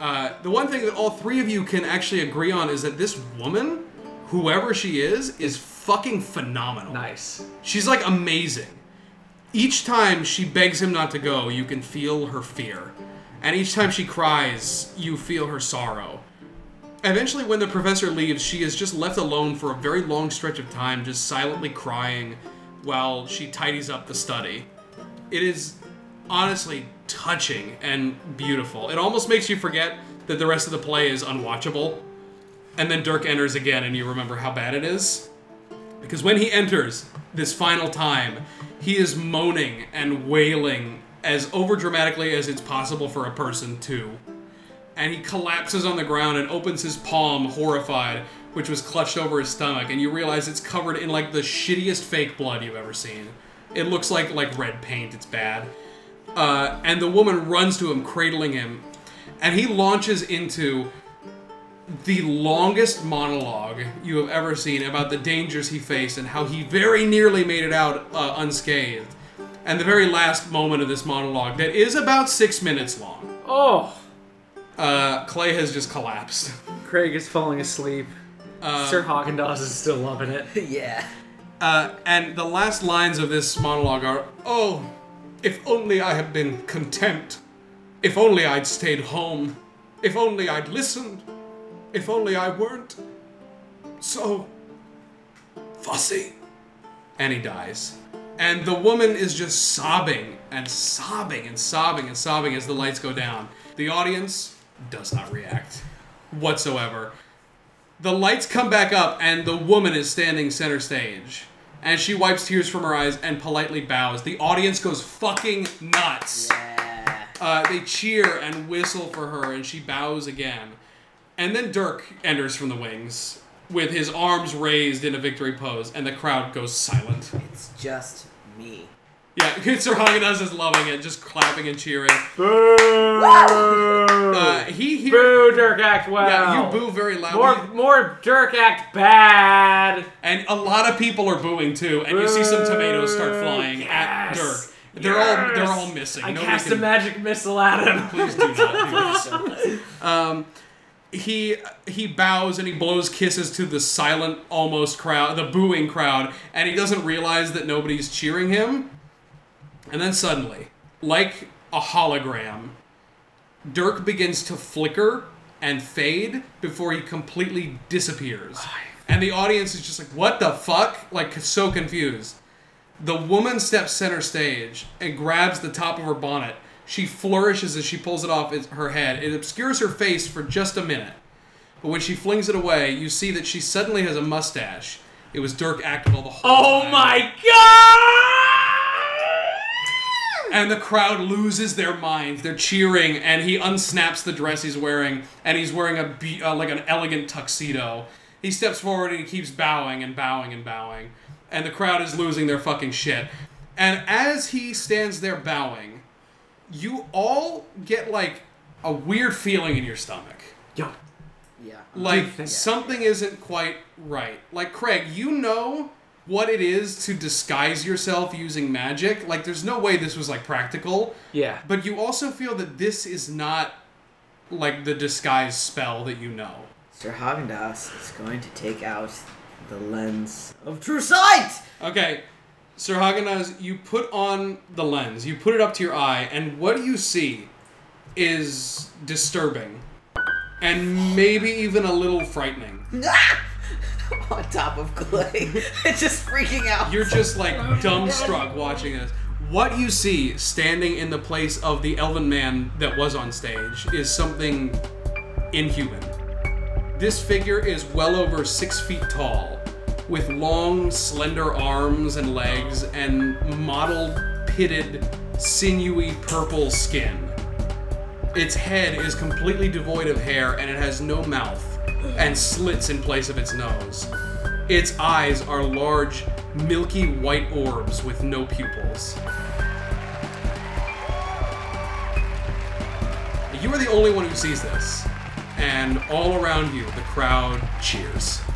Uh, the one thing that all three of you can actually agree on is that this woman, whoever she is, is fucking phenomenal.
Nice.
She's like amazing. Each time she begs him not to go, you can feel her fear. And each time she cries, you feel her sorrow. Eventually, when the professor leaves, she is just left alone for a very long stretch of time, just silently crying while she tidies up the study. It is honestly touching and beautiful. It almost makes you forget that the rest of the play is unwatchable. And then Dirk enters again, and you remember how bad it is. Because when he enters this final time, he is moaning and wailing as overdramatically as it's possible for a person to. And he collapses on the ground and opens his palm, horrified, which was clutched over his stomach. And you realize it's covered in like the shittiest fake blood you've ever seen. It looks like like red paint. It's bad. Uh, and the woman runs to him, cradling him, and he launches into the longest monologue you have ever seen about the dangers he faced and how he very nearly made it out uh, unscathed. And the very last moment of this monologue, that is about six minutes long,
Oh,
uh, Clay has just collapsed.
Craig is falling asleep. Sir Haagen-Dazs is still loving it.
Yeah.
Uh, and the last lines of this monologue are Oh, if only I had been content. If only I'd stayed home. If only I'd listened. If only I weren't so fussy. And he dies. And the woman is just sobbing and sobbing and sobbing and sobbing as the lights go down. The audience does not react whatsoever. The lights come back up, and the woman is standing center stage. And she wipes tears from her eyes and politely bows. The audience goes fucking nuts. Uh, they cheer and whistle for her, and she bows again. And then Dirk enters from the wings with his arms raised in a victory pose, and the crowd goes silent.
It's just me.
Yeah, Sir Haagen-Dazs is loving it, just clapping and cheering.
Boo!
Uh, he hears.
boo, Dirk Act Wow.
Yeah, you boo very loudly.
More, more Dirk Act Bad.
And a lot of people are booing too, and you see some tomatoes start flying at
Yes.
Dirk. They're all they're all missing.
I
Nobody
cast
can-
a magic missile at him.
Please do not do this. Um, he he bows and he blows kisses to the silent, almost crowd, the booing crowd, and he doesn't realize that nobody's cheering him. And then suddenly, like a hologram, Dirk begins to flicker and fade before he completely disappears. And the audience is just like, "What the fuck?" Like so confused. The woman steps center stage and grabs the top of her bonnet. She flourishes as she pulls it off her head. It obscures her face for just a minute. But when she flings it away, you see that she suddenly has a mustache. It was Dirk Actival the whole
Oh
time.
my god!
And the crowd loses their minds. They're cheering, and he unsnaps the dress he's wearing, and he's wearing a be- uh, like an elegant tuxedo. He steps forward and he keeps bowing and bowing and bowing, and the crowd is losing their fucking shit. And as he stands there bowing, you all get like a weird feeling in your stomach.
Yo,
Yeah.
Like something isn't quite right. Like Craig, you know what it is to disguise yourself using magic. Like there's no way this was like practical.
yeah.
But you also feel that this is not like the disguise spell that you know.
Sir Haagen-Dazs is going to take out the lens of true sight.
Okay, Sir Hagenaz, you put on the lens, you put it up to your eye, and what you see is disturbing and maybe even a little frightening.
on top of Clay, just freaking out.
You're just like dumbstruck watching this. What you see standing in the place of the elven man that was on stage is something inhuman. This figure is well over six feet tall, with long, slender arms and legs and mottled, pitted, sinewy purple skin. Its head is completely devoid of hair and it has no mouth and slits in place of its nose. Its eyes are large, milky white orbs with no pupils. You are the only one who sees this, and all around you, the crowd cheers.